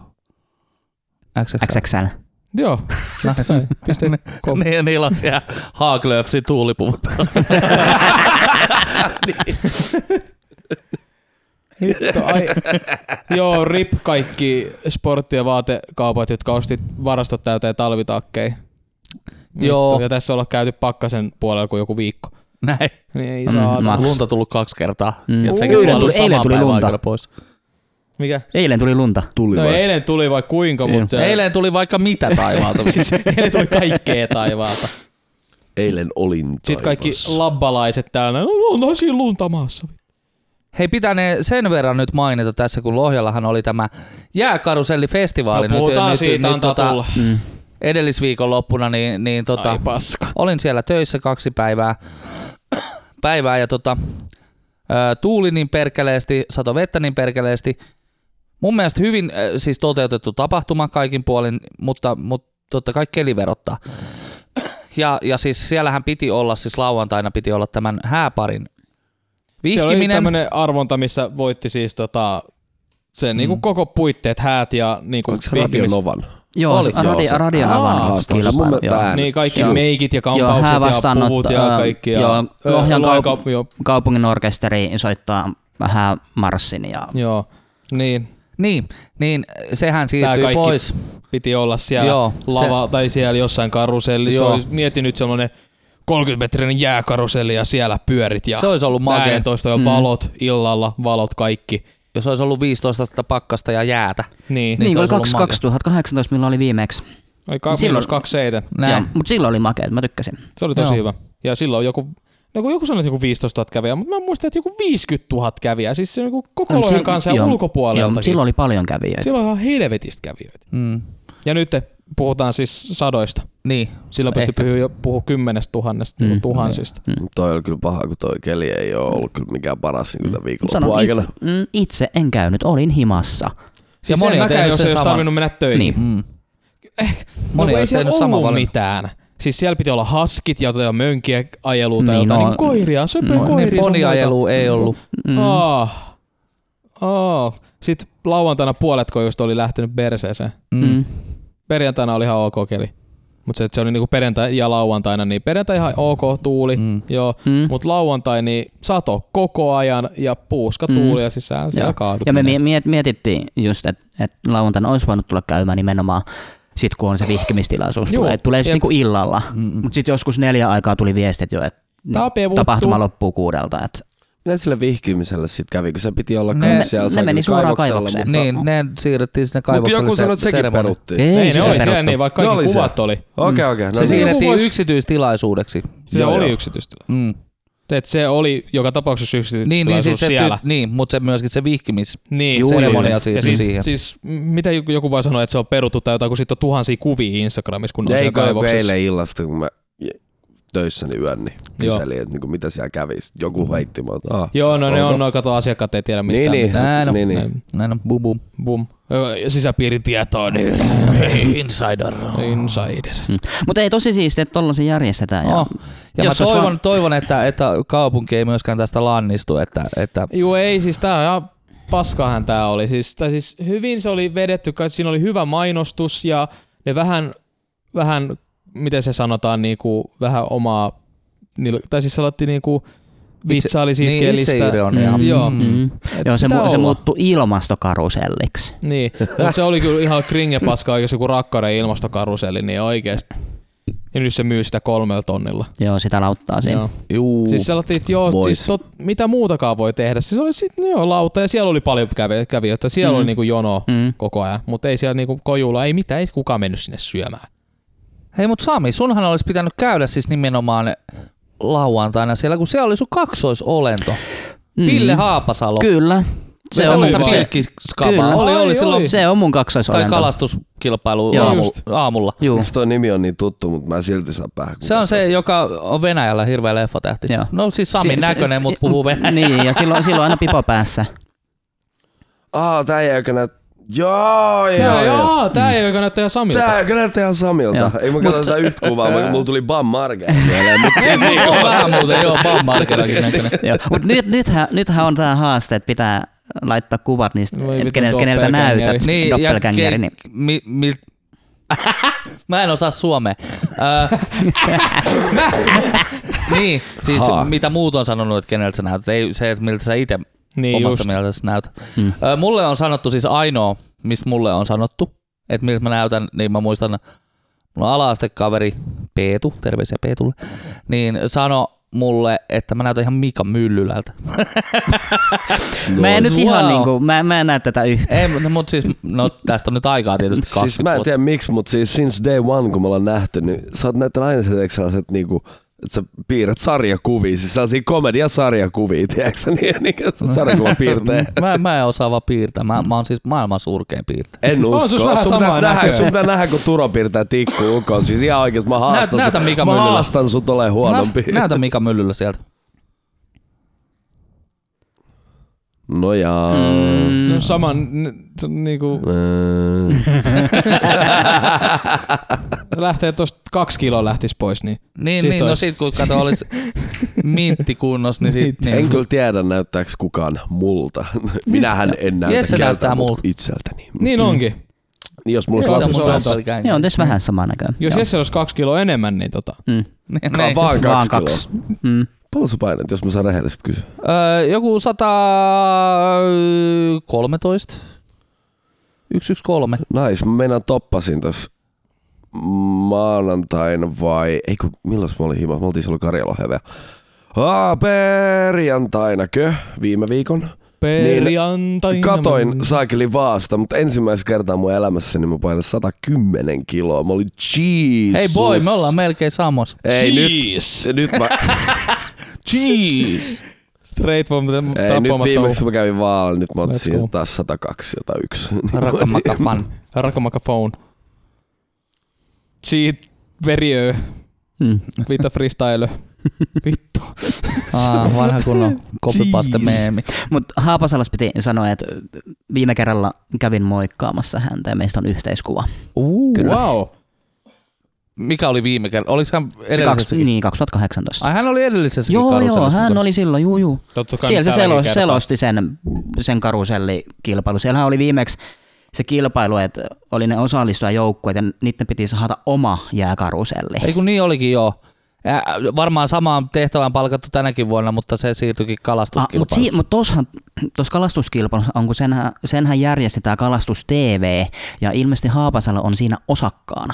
XXL.
XXL.
Joo. Näin. Piste.
Kom- niin, niillä on siellä Haaglöfsi tuulipuvut. Niin.
Hitto, ai. Joo, rip kaikki sportti- ja vaatekaupat, jotka ostit varastot täyteen talvitakkeja.
Joo.
Ja tässä ollaan käyty pakkasen puolella kuin joku viikko.
Näin.
Niin ei
Mm,
saa.
maks.
Lunta tullut kaksi kertaa.
Mm.
Ja
Uu,
sekin
eilen
sulanut
tuli- eilen
samaan
tuli
päivään
lunta.
aikana Pois.
Mikä?
Eilen tuli lunta.
Tuli
No
vai?
eilen tuli vai kuinka,
Joo.
mutta se...
Eilen tuli vaikka mitä taivaalta.
siis eilen tuli kaikkea taivaalta.
eilen olin
Sitten kaikki
taivassa.
labbalaiset täällä, no on siinä lunta maassa.
Hei, pitää ne sen verran nyt mainita tässä, kun Lohjallahan oli tämä jääkarusellifestivaali.
No puhutaan
nyt,
siitä,
nyt, tota-
antaa tulla.
Mm.
Edellisviikon loppuna, niin, niin tota,
Ai paska.
olin siellä töissä kaksi päivää, päivää ja tota, ö, tuuli niin perkeleesti, sato vettä niin perkeleesti. Mun mielestä hyvin ö, siis toteutettu tapahtuma kaikin puolin, mutta, mutta totta kai keli verottaa. Ja, ja siis siellähän piti olla, siis lauantaina piti olla tämän hääparin
Siellä oli
Vihkiminen.
tämmönen arvonta, missä voitti siis tota, sen mm. niinku koko puitteet, häät ja niinku
Onko se Radio
vihkimis-
Novan?
Mm.
Joo,
Oli.
oli, radio,
Joo, se-
radio
Aa,
Ravan
haastattelussa. Mun
kilpailu.
mielestä
Joo.
ääni-
Niin kaikki
Joo.
meikit ja
Joo,
kampaukset
hän
ja
vastaanottaa,
puvut ja
ää,
kaikki. Ja,
joo,
Ö,
Lohjan
Lohjankaup-
kaup-
joo,
Kaupungin orkesteri soittaa vähän marssin ja
joo, niin.
Niin, niin sehän siirtyy
kaikki-
pois.
Piti olla siellä
Joo,
joo,
se-
lava se... tai siellä jossain karusellissa.
Joo.
Joo. Mieti nyt semmonen 30-metrinen jääkaruselli ja siellä pyörit ja
Se olisi ollut magea.
näin, toista
Mm.
jo valot illalla, valot kaikki.
Jos olisi ollut 15 astetta pakkasta ja jäätä.
Niin.
Niin,
Niin,
se
niin oli
olisi ollut
kaksi-
makea.
2018, milloin oli viimeksi.
Ai ka-
Silloin-
miinus kaksi seiten.
Näin.
Mutta silloin oli makeet, mä tykkäsin.
Se oli tosi
Joo.
Joo. hyvä. Ja silloin joku, no kun joku sanoi, että joku 15 000 kävijää, mutta mä muistan, että joku 50 000 kävijää. Siis se on joku koko
No, mut
lohen
sil-
kanssa ja
joo, Joo,
ulkopuolelta.
mut silloin oli paljon kävijöitä.
silloin on ihan helvetistä kävijöitä.
Mm.
Ja nyt puhutaan siis sadoista.
Niin.
Silloin pystyi
Ehkä. Niin.
puhua jo puhua kymmenestä tuhannesta, mm.
Mm.
tuhansista.
Toi oli kyllä paha, kun toi keli ei ole ollut kyllä mikään paras
Mm.
niin tämän
Mut sanon,
viikonlopun aikana.
it- mm, itse en käynyt, olin himassa.
Ja
Ja
moni
moni Siis on
Siis mäkään,
tehnyt
jos
sen
ei olisi
saman.
tarvinnut mennä töihin.
Niin.
Mm.
Moni
Moni
no, ei
on
siellä
tehnyt
ollut
saman valinnan.
mitään. Siis siellä piti olla haskit ja jotain mönkiä ajelua tai
Niin,
jotain
no-
niin koiria, söpöä
no,
no, koiria.
Niin
sun muuta.
poniajelu ei ollut.
Mm.
Ah. Ah. Sitten lauantaina puolet just oli lähtenyt perseeseen.
Mm.
Mm.
Perjantaina oli ihan ok keli. Mutta se, että se oli niinku perjantai ja lauantaina, niin perjantai ihan ok tuuli. Mm.
Mm.
Joo.
Mm.
Mutta lauantai niin sato koko ajan ja puuska
Mm.
tuuli ja sisään siellä
Joo.
kaadut.
Ja me
menee.
mie- miet- mietittiin just, että et lauantaina olisi voinut tulla käymään nimenomaan sit kun on se vihkimistilaisuus.
Joo,
tulee tulee sit
jep.
niinku illalla.
Mm.
Mutta sitten joskus neljä aikaa tuli viestit jo, että
Tapahtuu.
niin, tapahtuma loppuu kuudelta. Et
Mitä sille vihkimiselle sitten kävi, kun se piti olla
Ne-
kans siellä
ne
sen
meni suoraan
kaivoksella,
kaivokseen.
mutta-
Niin, ne siirrettiin sinne
Mut
kaivokselle.
joku
se-
sanoi, että sekin
seremonia.
peruttiin.
Ei,
Ei, ne
sitä
oli
peruttu.
siellä, niin vaikka
Ne
kaikki
oli
kuvat oli.
Okei, okei.
Se
no niin.
siirrettiin
Joku vois-
yksityistilaisuudeksi.
Se
Joo,
oli
joo.
yksityistila.
Mm.
Et se oli joka tapauksessa
Niin,
yksityistilaisuus
niin, siis se
siellä.
ty- niin, mutta se myöskin se vihkimis.
Niin,
Juu,
se oli.
seremonia siirtyi
ja siis,
siihen.
Siis, m- mitä joku- joku voi sanoa, että se on peruttu tai jotain, kun sitten on tuhansia kuvia Instagramissa, kun on siellä
Ei kai kun
kaivoksessa.
eilen illasta, kun mä töissäni yön, niin
Joo. Mm.
kyselin, että niinku, mitä siellä kävi. Sit Joku heitti mua, että ah,
Joo, no ne
Onko?
on, no kato, asiakkaat ei tiedä mistään.
niin, niin,
Näin on.
niin, niin.
Näin.
Näin on, bum bum.
Bum. Ö, Sisäpiiritietoa, niin
Insider.
insider.
Mutta ei tosi siistiä, että tollasia järjestetään. Ja,
Oh. Ja mä
Jos olisi
toivon,
vaan-
toivon että, että kaupunki ei myöskään tästä lannistu, että, että
Joo, ei siis tää on ihan paskahan tää oli. Siis, tai siis hyvin se oli vedetty, kai siinä oli hyvä mainostus ja ne vähän, vähän miten se sanotaan, niinku, vähän omaa, niillä- tai siis se aloitti niinku, vitsaili siitä
niin
kelistä.
itseironia.
Mm,
Joo.
Mm.
Et
Joo, se,
pitää
mu- se
olla.
muuttui ilmastokaruselliksi.
Niin, mutta se oli kyllä ihan kringepaskaa, jos joku rakkauden ilmastokaruseli, niin oikeesti. Ja nyt se myy sitä kolmella tonnilla.
Joo, sitä lauttaa siinä.
Joo.
Juu.
Siis sellainen, että joo,
Vois.
siis tot, mitä muutakaan voi tehdä. Siis oli sit, no joo, lauta ja siellä oli paljon kävi- kävijöitä. Siellä mm.
Mm.
oli niinku jono
Mm.
koko ajan, mutta ei siellä niinku kojulla, ei mitään, ei kukaan mennyt sinne syömään.
Hei mut Sami, sunhan olisi pitänyt käydä siis nimenomaan lauantaina siellä, kun siellä oli sun kaksoisolento.
Mm.
Ville Haapasalo.
Kyllä.
se
Se
on
on,
se
vai?
se,
pilkkiskaba.
Kyllä.
Oli, oli
Ai,
silloin.
oli.
se on mun
Tai
kaksoisolento.
kalastuskilpailu
Joo,
aamu,
just.
aamulla.
Juu.
Miksi toi nimi on niin tuttu, mutta mä en silti saa päähän.
Se on se, joka on Venäjällä hirveä leffatähti.
Joo.
No siis Samin
Si- si-
näköinen,
si-
mutta puhuu venäjää.
Niin, ja silloin, silloin aina pipo päässä.
Ah, tää ei oikein näyt... Joo,
Tää,
joo,
joo,
joo.
joo, tää ei ole kannattaa ihan Samilta.
Tää ei näyttää ihan Samilta.
Joo.
Ei mä katso tätä yhtä kuvaa, mutta mulla tuli Bam Margera mieleen. Mut siis
Niin,
niinku...
on vähän muuten, joo, Bob Margerakin näköinen.
Mutta nyt, nythän, nythän on tämä haaste, että pitää laittaa kuvat niistä,
Voi
et
vitun
keneltä, keneltä
doppelgängeri.
näytät niin, doppelgängeri.
ke-
Niin.
mi, mi, Mä en osaa suomea. Ö, niin, siis
Haa.
mitä muut on sanonut, että keneltä sä näytät, ei se, että miltä sä itse
Niin
niin omasta
just.
mieltäsi näytät. Mm. Mulle on sanottu siis ainoa, mistä mulle on sanottu, että miltä mä näytän, niin mä muistan, mun ala-astekaveri Peetu, terveisiä Peetulle, niin sano mulle, että mä näytän ihan Mika Myllylältä.
Mä en nyt
Wow.
ihan niinku, mä, mä en näe tätä yhtään.
Ei, mutta mut siis, no tästä on nyt aikaa tietysti 20
Siis mä en
vuotta.
tiedä miksi, mutta siis since day one, kun me ollaan nähty, niin sä oot näyttänyt aina sellaiset, sellaiset niinku, että sä piirrät sarjakuvia, siis sellaisia komediasarjakuvia, tiedätkö niin, niin sarjakuvapiirtejä.
Mä, mä en osaa vaan piirtää. Mä, mä oon siis maailman surkein piirtejä.
En
On
usko.
sus vähän
Sun
samaa
pitäis nähdä,
näköä.
sun pitää nähdä, kun Turo piirtää tikku ukoon. Siis ihan oikeesti mä haastan
näytä
sut.
Mika
mä
Myllylä.
haastan sut ole huonompi.
Näytä Mika Myllyllä sieltä.
No jaa.
Mm.
No saman, n- t- niinku,
Mm.
lähtee tosta kaksi kiloa lähtis pois, niin
Niin,
Sit
niin no
olisi.
sit kun kato olis... mintti kunnossa, niin sitten...
En
Niin, Siis-
kyllä tiedä, näyttääkö kukaan multa. Minähän en näytä
Jesse
keltä,
näyttää
mut
multa.
itseltäni.
Niin onkin.
Niin jos mulla
Joo,
olisi
se on
lasus
multa.
Niin,
Joo, on tässä vähän samaa näköinen.
Jos Jesse olisi kaksi kiloa enemmän, niin tota.
Mm.
päässä, vaan
niin.
Vaan
kaksi,
kaksi.
kiloa.
Mm.
Paljon sä painat, jos mä saan rehellisesti kysyä?
Öö, joku öö, 113. 113.
Nais, mä meinaan toppasin tossa maanantain vai... Ei kun, milloin mä olin himas? Me oltiin silloin Karjalohevea. Aa, perjantainakö? Viime viikon.
Perjantaina.
Niin, Katoin saakeli vaasta, mutta ensimmäistä kertaa mun elämässäni mä painan 110 kiloa. Mä olin Jesus.
Hei boy, me ollaan melkein samoissa.
Ei
Jeez.
nyt, nyt mä,
Jeez!
Straight from the
ei, nyt
tappamatta
viimeksi mä kävin vaalla, nyt mä otin
Let's go.
siihen taas 102 jotain yksi. Niin
Rakamaka fan.
Rakomaka phone. Cheat veriö.
Mm.
Vita freestyle. Vittu.
Ah, vanha kunnon kopipaste meemi.
Mutta Haapasalas piti sanoa, että viime kerralla kävin moikkaamassa häntä ja meistä on yhteiskuva.
Uh,
Kyllä.
wow.
Mikä oli viime kerralla? Oliko hän
Se kaksi,
edellisessäkin?
niin, 2018.
Ai hän oli edellisessäkin
joo, joo,
karuselissa
hän
mukana.
oli silloin, juu, juu.
Totta kai
Siellä se
tälläkin
selo,
kertaa.
selosti sen, sen karusellikilpailu. Siellähän oli viimeksi se kilpailu, että oli ne osallistujajoukkueet ja niiden piti saada oma jääkaruselli.
Ei kun niin olikin joo. Ä, varmaan samaan tehtävään palkattu tänäkin vuonna, mutta se siirtyikin
mutta
kalastuskilpailuun.
si- Ah, mut tuossa kalastuskilpailussa on, kun senhän, senhän järjestetään Kalastus TV, ja ilmeisesti Haapasalo on siinä osakkaana.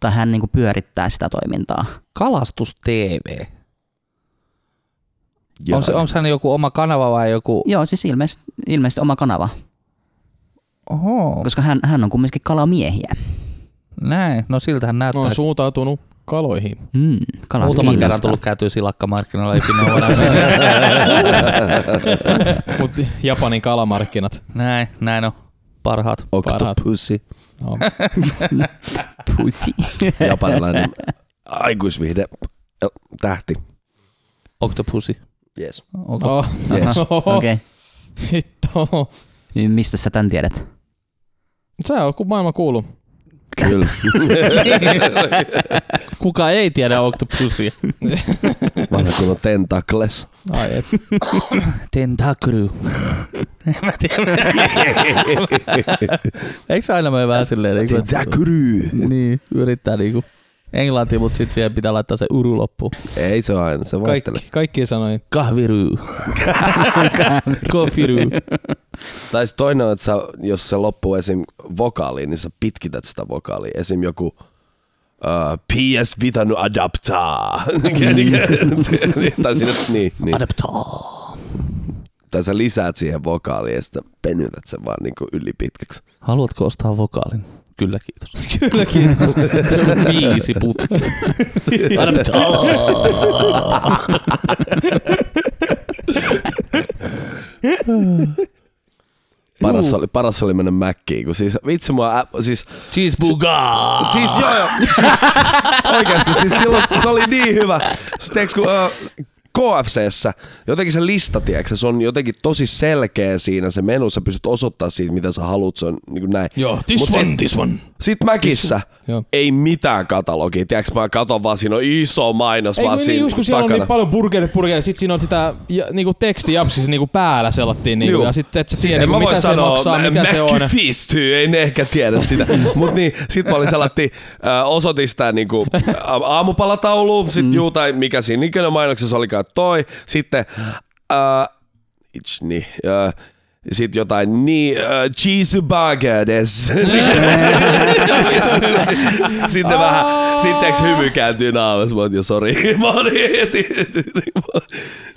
Tai hän niinku pyörittää sitä toimintaa.
Kalastus TV.
Jaa.
On se, onko hän joku oma kanava vai joku?
Joo, siis ilmeisesti, ilmeisesti oma kanava,
Oho,
koska hän, hän on kumminkin kalamiehiä.
näin. No siltähän
Mä
näyttää.
oon suuntautunut kaloihin.
Mm, kalat
Hmm. Muutaman kerran
kiinnostaa.
tullut käytyä silakkamarkkinoilla ikinä ole varmaan.
Mut Japanin kalamarkkinat.
Näin, näin on. Parhaat.
Octopussy,
No,
Pussy.
japanilainen aikuisvihde, ö, tähti.
Octopusi. No.
Yes.
Okay.
oh.
Yes.
Oho,
Oh.
Okei,
hitto.
okay. mistä sä tän tiedät?
Sä oot kun maailma kuulu.
Kyllä.
Kuka ei tiedä Octopusia?
Vanha kunnon tentakles.
Ai et.
Tentacru. en mä tiedä. Eikö se aina mene vähän silleen? niinku, että-
Tentakry.
Niin, yrittää niinku englantia, mutta sitten siihen pitää laittaa se uru loppuun.
Ei se aina, se vaihtelee.
Kaikki, kaikki sanoi.
Kahviryy. Kofiryy.
Tai sit toinen on, että sä, jos se loppuu esim. vokaaliin, niin sä pitkität sitä vokaalia. Esim. joku uh, PS Vita no adaptaa. tai sinne, niin, niin.
Adaptaa.
Tai sä lisäät siihen vokaaliin ja sitten penytät sen vaan niinku yli pitkäksi.
Haluatko ostaa vokaalin? Kyllä kiitos. Kyllä kiitos. Viisi putki.
Paras, oli, paras oli mennä mäkkiin, kun siis vitsi mua, ä, siis,
Cheeseburger.
siis joo joo, siis, oikeasti siis silloin se oli niin hyvä. Sitten eiks, kun, ö, KFCssä jotenkin se lista, tiedätkö, se on jotenkin tosi selkeä siinä se menu, sä pystyt osoittaa siitä, mitä sä haluat, se on niin kuin näin.
Joo, this
Mut
Mut
sit-
one, this one.
Sit Mäkissä
Joo.
ei mitään katalogia, tiedätkö, mä katon vaan siinä on iso mainos
Ei kun
vaan
niin,
siinä
just kun siellä on
takana.
niin paljon burgeri, burgeri, sit siinä on sitä ja, niinku teksti japsissa niinku päällä selattiin niinku,
Juu.
ja sit et sä tiedä,
en
niinku,
mä voi
mitä se
sanoa,
maksaa, mitä se on.
McFistyy, ei ne ehkä tiedä sitä. Mut niin, sit mä olin sellatti, äh, osoitin sitä niinku, äh, aamupalatauluun, sit mm. juu tai mikä siinä ikinä mainoksessa olikaan toi, sitten äh, itch, niin, äh, sit jotain, niin, äh, cheeseburger des. sitten vähän, sitten eikö hymy kääntyy naamassa, mä oon, jo sori, mä oon,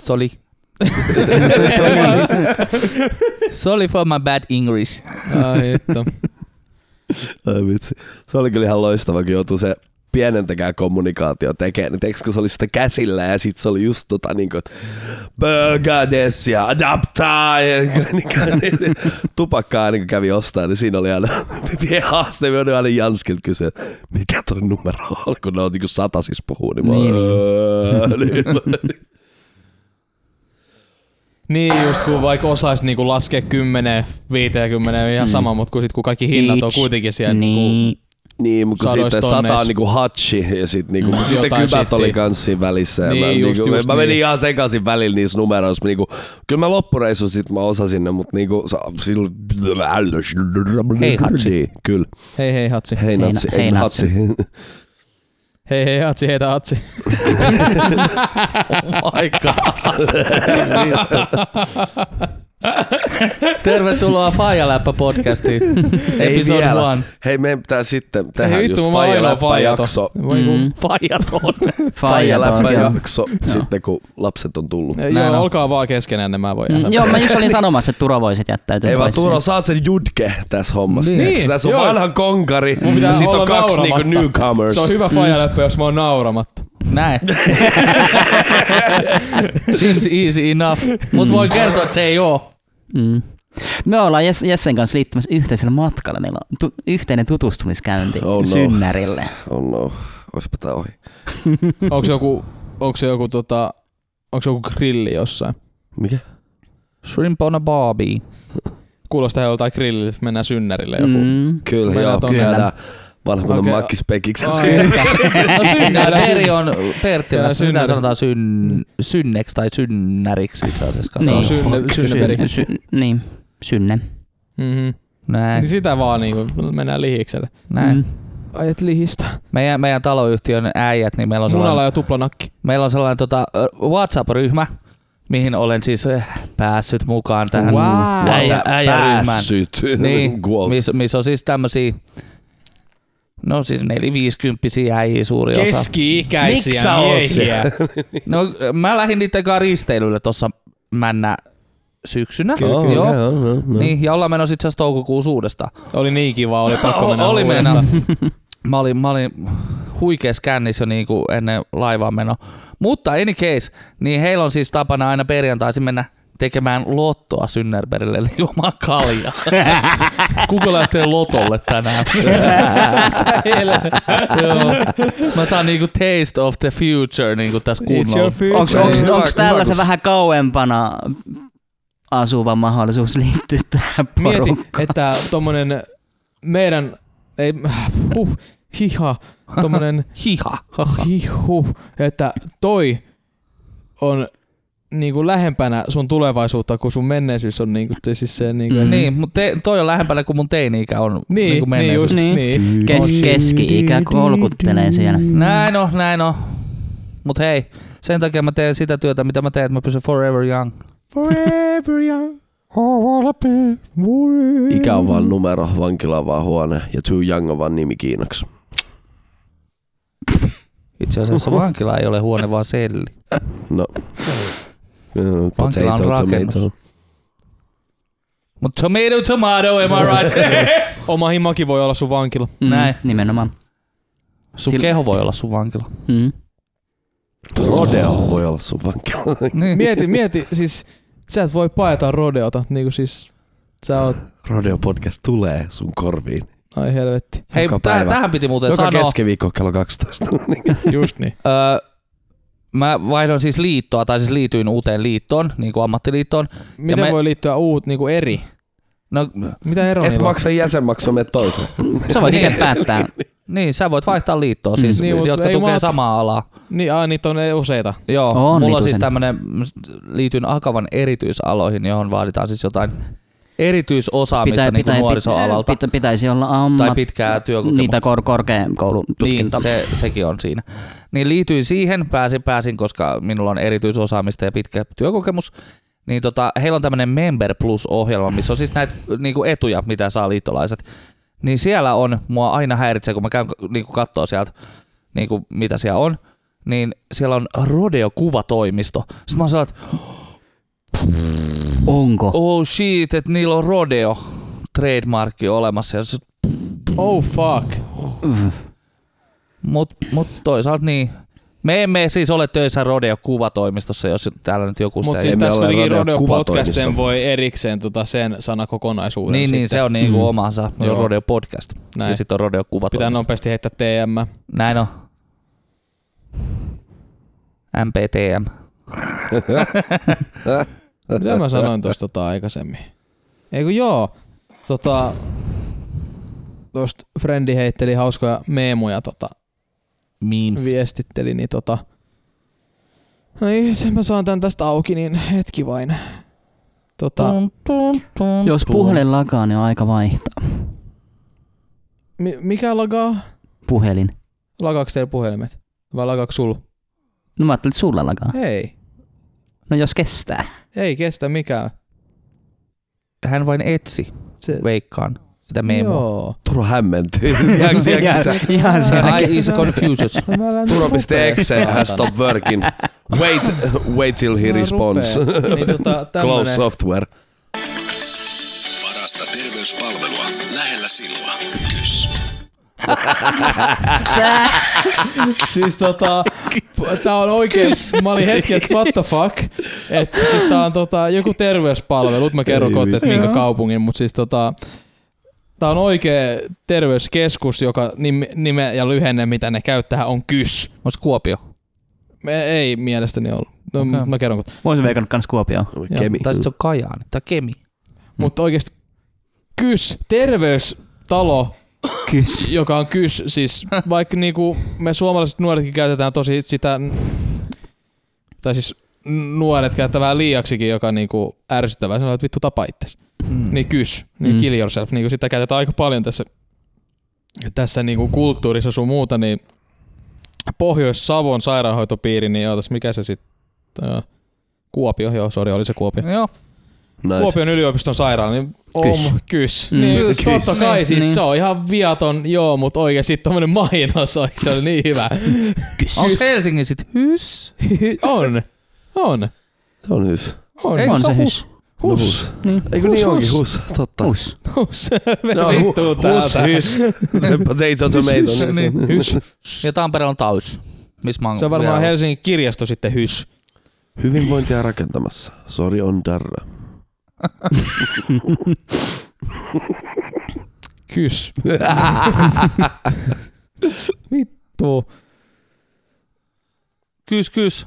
Soli.
niin-
Sorry for my bad English.
Ai että.
Ai vitsi. Se oli kyllä ihan loistava, kun joutui se pienentäkään kommunikaatio tekemään. Niin teikö, kun se oli sitä käsillä ja sitten se oli just tota niin kuin, Burgades ja adaptaa ja niin kuin, tupakkaa niin kuin kävi ostaa, niin siinä oli aina pieni haaste. Mä olin aina Janskilta kysyä, että mikä toi numero on, kun ne on niin kuin satasis puhuu. Niin, mä,
Niin.
niin.
Niin just kun vaikka osais niinku
Mm.
laskea 10, 50, ihan sama, mut kun sit kun kaikki hinnat on kuitenkin siellä niinku
Niin.
Niin, mutta kun
Sadoissa
sitten sata
tonneissa.
on niinku hatchi ja sit niinku,
Mm.
mm. sitten
Jotain
kybät
shittiä.
oli kans siinä välissä. ja
Niin,
mä,
just-
niinku,
just
mä menin
niin.
ihan sekaisin välillä niissä numeroissa. Mä Niinku, kyllä mä loppureissu sit mä osasin ne, mutta niinku, sa- silloin...
Hei, hatsi.
Niin, Kyllä.
Hei hei hatsi.
Hei natsi,
hei,
ei
natsi.
natsi.
Hei hei hatsi, heitä hatsi.
Tervetuloa Fajaläppä podcastiin.
Ei
Episode
vielä.
one.
Hei, meidän pitää sitten tehdä
Hei, vittu,
just
mä Mm. oon ainoa faijaton.
Faija-läppä-jakso.
Voi kun-
Fajaton.
joo.
Faija-läppä-jakso sitten, kun lapset on tullut.
Ei,
Näin
Joo,
on.
olkaa vaan keskenään, niin mä voin
Mm,
mm,
joo, mä just olin sanomassa, että Turo voisit jättäytyä
Ei vaan
pois.
Turo, sä oot sen judke tässä hommassa.
Niin,
Niin, tässä on
joo.
vanha konkari,
Mun pitää
ja sit
olla
on kaksi niinku
nauramatta.
newcomers.
Se on hyvä fajaläppä, jos mä oon nauramatta.
Näin. Seems easy enough. Mut voi kertoa, että se ei oo.
Mm. Me ollaan Jess- Jessen kanssa liittymässä yhteisellä matkalla. Meillä on tu- yhteinen tutustumiskäynti
Oh no.
synnärille.
Oh no, oispa tää ohi.
Onko se joku, onko se joku tota, onko se joku grilli jossain?
Mikä?
Shrimp on a barbie.
Kuulostaa joltain grilliltä, että mennään synnärille joku. Mm.
Kyllä,
Mennään
joo,
tonne.
käydään vanhana
Okei.
okay. makkispekiksi.
No
No,
synnärillä.
Peri on Pertti,
Täällä
on
synnäri.
sitä sanotaan syn, synneksi tai synnäriksi itse asiassa.
Niin.
Katsotaan.
Synne-
Fuck.
synneperi.
Syn-
Sy- niin, synne.
Mm-hmm.
Näin,
Niin sitä vaan niinku, mennään lihikselle.
näin.
Mm.
Ajat lihistä.
Meidän, meidän taloyhtiön äijät, niin meillä on sellainen,
Munalla ja tuplanakki.
meillä on sellainen tota, ö, WhatsApp-ryhmä, mihin olen siis eh, päässyt mukaan tähän
Wow.
äijä, äijäryhmään.
Päässyt.
Niin,
Quote.
missä mis on siis tämmösiä, no siis neliviisikymppisiä äijä suuri osa.
Keski-ikäisiä
Miksi sä oot siellä?
No mä lähdin niiden kanssa risteilylle tossa männä syksynä.
Kyllä, kyllä,
Joo.
joo, joo, joo.
Niin, ja ollaan menossa itse asiassa toukokuussa uudestaan.
Oli niin kiva, oli pakko
O-
mennä
oli
uudestaan.
mennä. Mä olin, mä olin huikeas kännissä jo niinku ennen laivaan meno. Mutta any case, niin heillä on siis tapana aina perjantaisin mennä tekemään lottoa Synnärberille, eli juomaan kaljaa. Kuka lähtee lotolle tänään? Joo. Mä saan niinku taste of the future niinku tässä kunnolla.
Onks,
Ei,
onks,
hyvä,
onks
hyvä,
tällä
kun-
se vähän kauempana asuva mahdollisuus liittyä tähän
Mieti,
porukkaan?
että tommonen meidän, ei, huh, hiha, tommonen
Hiha.
hihu, että toi on niinku lähempänä sun tulevaisuutta kuin sun menneisyys on niinku, tai siis se niinku,
Mm.
mm.
Niin, mutta te, toi on lähempänä kuin mun teini-ikä on.
niin,
niinku
niin, niin
menneisyys.
just, niin.
Niin.
niin.
Kes- keski-ikä kolkuttelee siellä.
Näin on, näin on. Mut hei, sen takia mä teen sitä työtä, mitä mä teen, että mä pysyn forever young.
Forever young. I wanna be forever.
Ikä on vaan numero, vankila on vaan huone ja Too Young on vaan nimi kiinaksi.
Itse asiassa vankila ei ole huone, vaan selli.
No. Mm,
Vankila on
potato,
rakennus.
tomato.
Mut tomato, tomato, am I right?
Oma himakin voi olla sun vankila.
Näin.
Mm, Nimenomaan.
sun
Sillä-
keho voi olla sun vankila.
Mm.
Rodeo voi olla sun vankila.
Niin.
Mieti, mieti, siis sä et voi paeta rodeota, niinku siis sä oot,
Rodeo podcast tulee sun korviin.
ai helvetti.
hei,
joka
tähän,
päivä.
tähän piti muuten
Joka
sanoa.
keskiviikko kello 12.
Just niin.
Öö, mä vaihdoin siis liittoa, tai siis liityin uuteen liittoon, niin kuin ammattiliittoon.
Miten
me-
voi liittyä uut niinku eri?
No,
Mitä ero
Et
niillä on?
maksa jäsenmaksua, me toiseen.
sä
Sä voit
voit
itse
niin,
päättää.
niin, sä voit vaihtaa liittoa, siis,
Mm. Niin, mut
jotka
ei
tukee
mä-
samaa alaa.
Niin, aah, niitä on useita.
Joo,
On
on mulla on siis
vitusen.
tämmönen, m, liityn Akavan erityisaloihin, johon vaaditaan siis jotain erityisosaamista niin kuin nuorisoalalta.
pitä, pitäisi olla ammat,
tai pitkää työkokemusta.
niitä kor- korkeakoulututkinta.
niin, se, sekin on siinä. Niin liityin siihen, pääsin, pääsin, koska minulla on erityisosaamista ja pitkä työkokemus. Niin tota, heillä on tämmöinen Member Plus-ohjelma, missä on siis näitä niinku etuja, mitä saa liittolaiset. Niin siellä on, mua aina häiritsee, kun mä käyn niinku kattoo sieltä, niinku, mitä siellä on, niin siellä on Rodeo-kuvatoimisto. Sitten mä oon sellainen, että
Onko?
oh shit, että niillä on Rodeo trademarkki olemassa. Ja sit,
Oh fuck.
Mut, mut toisaalta niin. Me emme siis ole töissä Rodeo-kuvatoimistossa, jos täällä nyt joku sitä...
Mutta
ei
siis
me
tässä
ole
kuitenkin
radio-
Rodeo-podcastin
kuvatoimisto.
voi erikseen tota sen sana kokonaisuuden.
niin, niin, se on niinku mm. omansa
Joo.
Rodeo-podcast.
Näin.
Ja sitten on Rodeo-kuvatoimisto.
Pitää nopeasti heittää TM.
Näin on. MPTM.
Mitä mä sanoin tuosta tota aikaisemmin? Eikö joo? Tota... tuosta Frendi heitteli hauskoja meemuja tota,
Memes.
viestitteli, niin tota... Ai, se mä saan tän tästä auki, niin hetki vain. Tota,
Tum, tum, tum,
Jos
tum.
puhelin lagaa, niin on aika vaihtaa.
mi- mikä lagaa?
Puhelin.
Lagaaks teillä puhelimet? Vai lagaaks sul?
No mä ajattelin, että sulla lagaa.
Ei.
No jos kestää.
Ei kestä mikään.
Hän vain etsi,
Se,
veikkaan, sitä meemua.
Joo.
Turo hämmentyy. Jääks- jääks-
Ihan- Ihan
Joo.
selkeä.
I is confuses.
No mä lähden
Turo.exe has stopped working. Wait, wait till he
Mä
responds.
rupean. Niin tota,
Close
tämmönen,
software.
Parasta terveyspalvelua lähellä sinua. Kys.
siis tota, p- tää on oikein, mä olin hetki, että what the fuck. Et, siis tää on tota, joku terveyspalvelu, Nyt mä kerron
Ei
kohta, että
vittu.
minkä
Joo.
kaupungin, mutta siis tota, tää on oikea terveyskeskus, joka nime, nime ja lyhenne, mitä ne käyttää, on KYS.
Onks Kuopio?
Me, ei mielestäni ollut. No,
Okei.
mä kerron kohta.
Voisin veikannut kans Kuopioon.
Kemi.
Tai sit se on Kajaani tai Kemi.
Mm. Mutta oikeesti KYS, terveystalo,
Kys.
joka on kys, siis vaikka niinku me suomalaiset nuoretkin käytetään tosi sitä, tai siis nuoret käyttää vähän liiaksikin, joka on niinku ärsyttävää, sanoo, että vittu tapa itses.
Mm.
Niin kys, niin
Mm.
kill yourself, niinku sitä käytetään aika paljon tässä, tässä niinku kulttuurissa sun muuta, niin Pohjois-Savon sairaanhoitopiiri, niin ootas, mikä se sitten, Kuopio, joo, sori, oli se Kuopio.
Mm. Joo.
Nice.
Kuopion yliopiston sairaala, niin
Kys.
om, kys.
Mm.
Niin,
Kys.
Totta kai, siis
Niin.
se on ihan viaton, joo, mutta oikeesti tommonen mainos, oikein, se oli niin hyvä.
Kys.
Onks Helsingin sit hys?
on, on,
Se on hys.
on.
Ei,
Ei,
On
se
se
on
hys.
Hus.
Niin.
Eikö
Hus,
niin
hus.
onkin hus? Totta.
Hus.
hus,
No,
no,
hu-
vittuu
hus,
täältä.
hys. Potato, tomato.
Niin.
Niin.
Hys.
Ja Tampere on taus. Miss mä oon
Se on varmaan
vielä-
Helsingin kirjasto sitten hys.
Hyvinvointia rakentamassa. Sori on darra.
Kys. Vittu.
Kys, kys.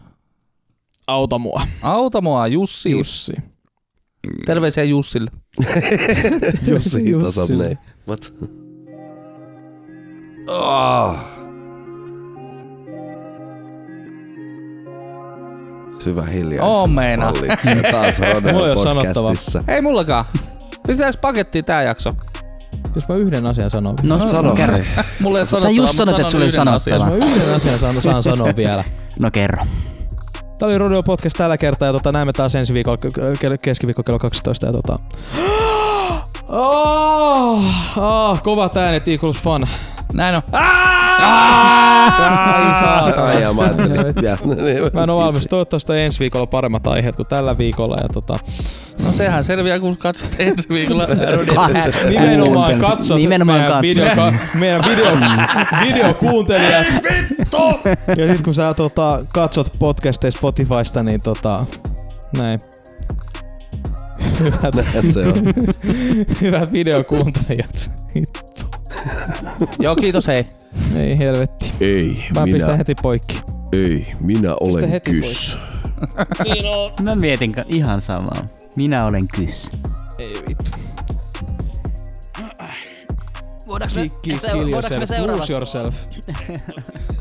Auta mua.
Auta mua, Jussi.
Jussi.
Terveisiä Jussille.
Jos se hitas on
Jussille.
näin. What? Ah. Syvä hiljaisuus.
Oo, meinaa.
vallitsee Taas
Mulla ei oo
podcastissa.
Ei mullakaan. Pistetäänkö pakettiin tää jakso?
Jos mä yhden asian sanon vielä.
No,
Sano
kerro.
hei.
Mulle ei sanottavaa,
just
mut
sanoit,
sanon
että sulla ei
yhden
sanottavaa.
asian.
Jos mä yhden asian saan, saan sanoa vielä.
No kerro.
Tää oli Rodeo Podcast tällä kertaa ja tota, näemme taas ensi viikolla ke- ke- keskiviikko kello 12 ja tota... Oh, oh, kovat äänet equals fun.
Näin on.
Ai saatana.
Ai ja mä ajattelin. Ja,
Mä en oo valmis. Toivottavasti on ensi viikolla paremmat aiheet kuin tällä viikolla. Ja tota,
No sehän selviää, kun katsot ensi viikolla.
Katso.
nimenomaan
Kuuntelu.
katsot
Nimenomaan
meidän,
katsot.
Video, ka, meidän video, videokuuntelijat. Vittu! Ja sit kun sä tota, katsot podcasteja Spotifysta, niin tota, näin. Hyvät,
Se on.
hyvät videokuuntelijat.
Joo, kiitos, hei.
Ei helvetti.
Ei,
Mä pistän
minä,
heti poikki.
ei, minä olen
heti
kys.
Mä mietin ka- ihan samaa. Minä olen kys.
Ei vittu.
Voidaanko
Kill yourself. Lose yourself.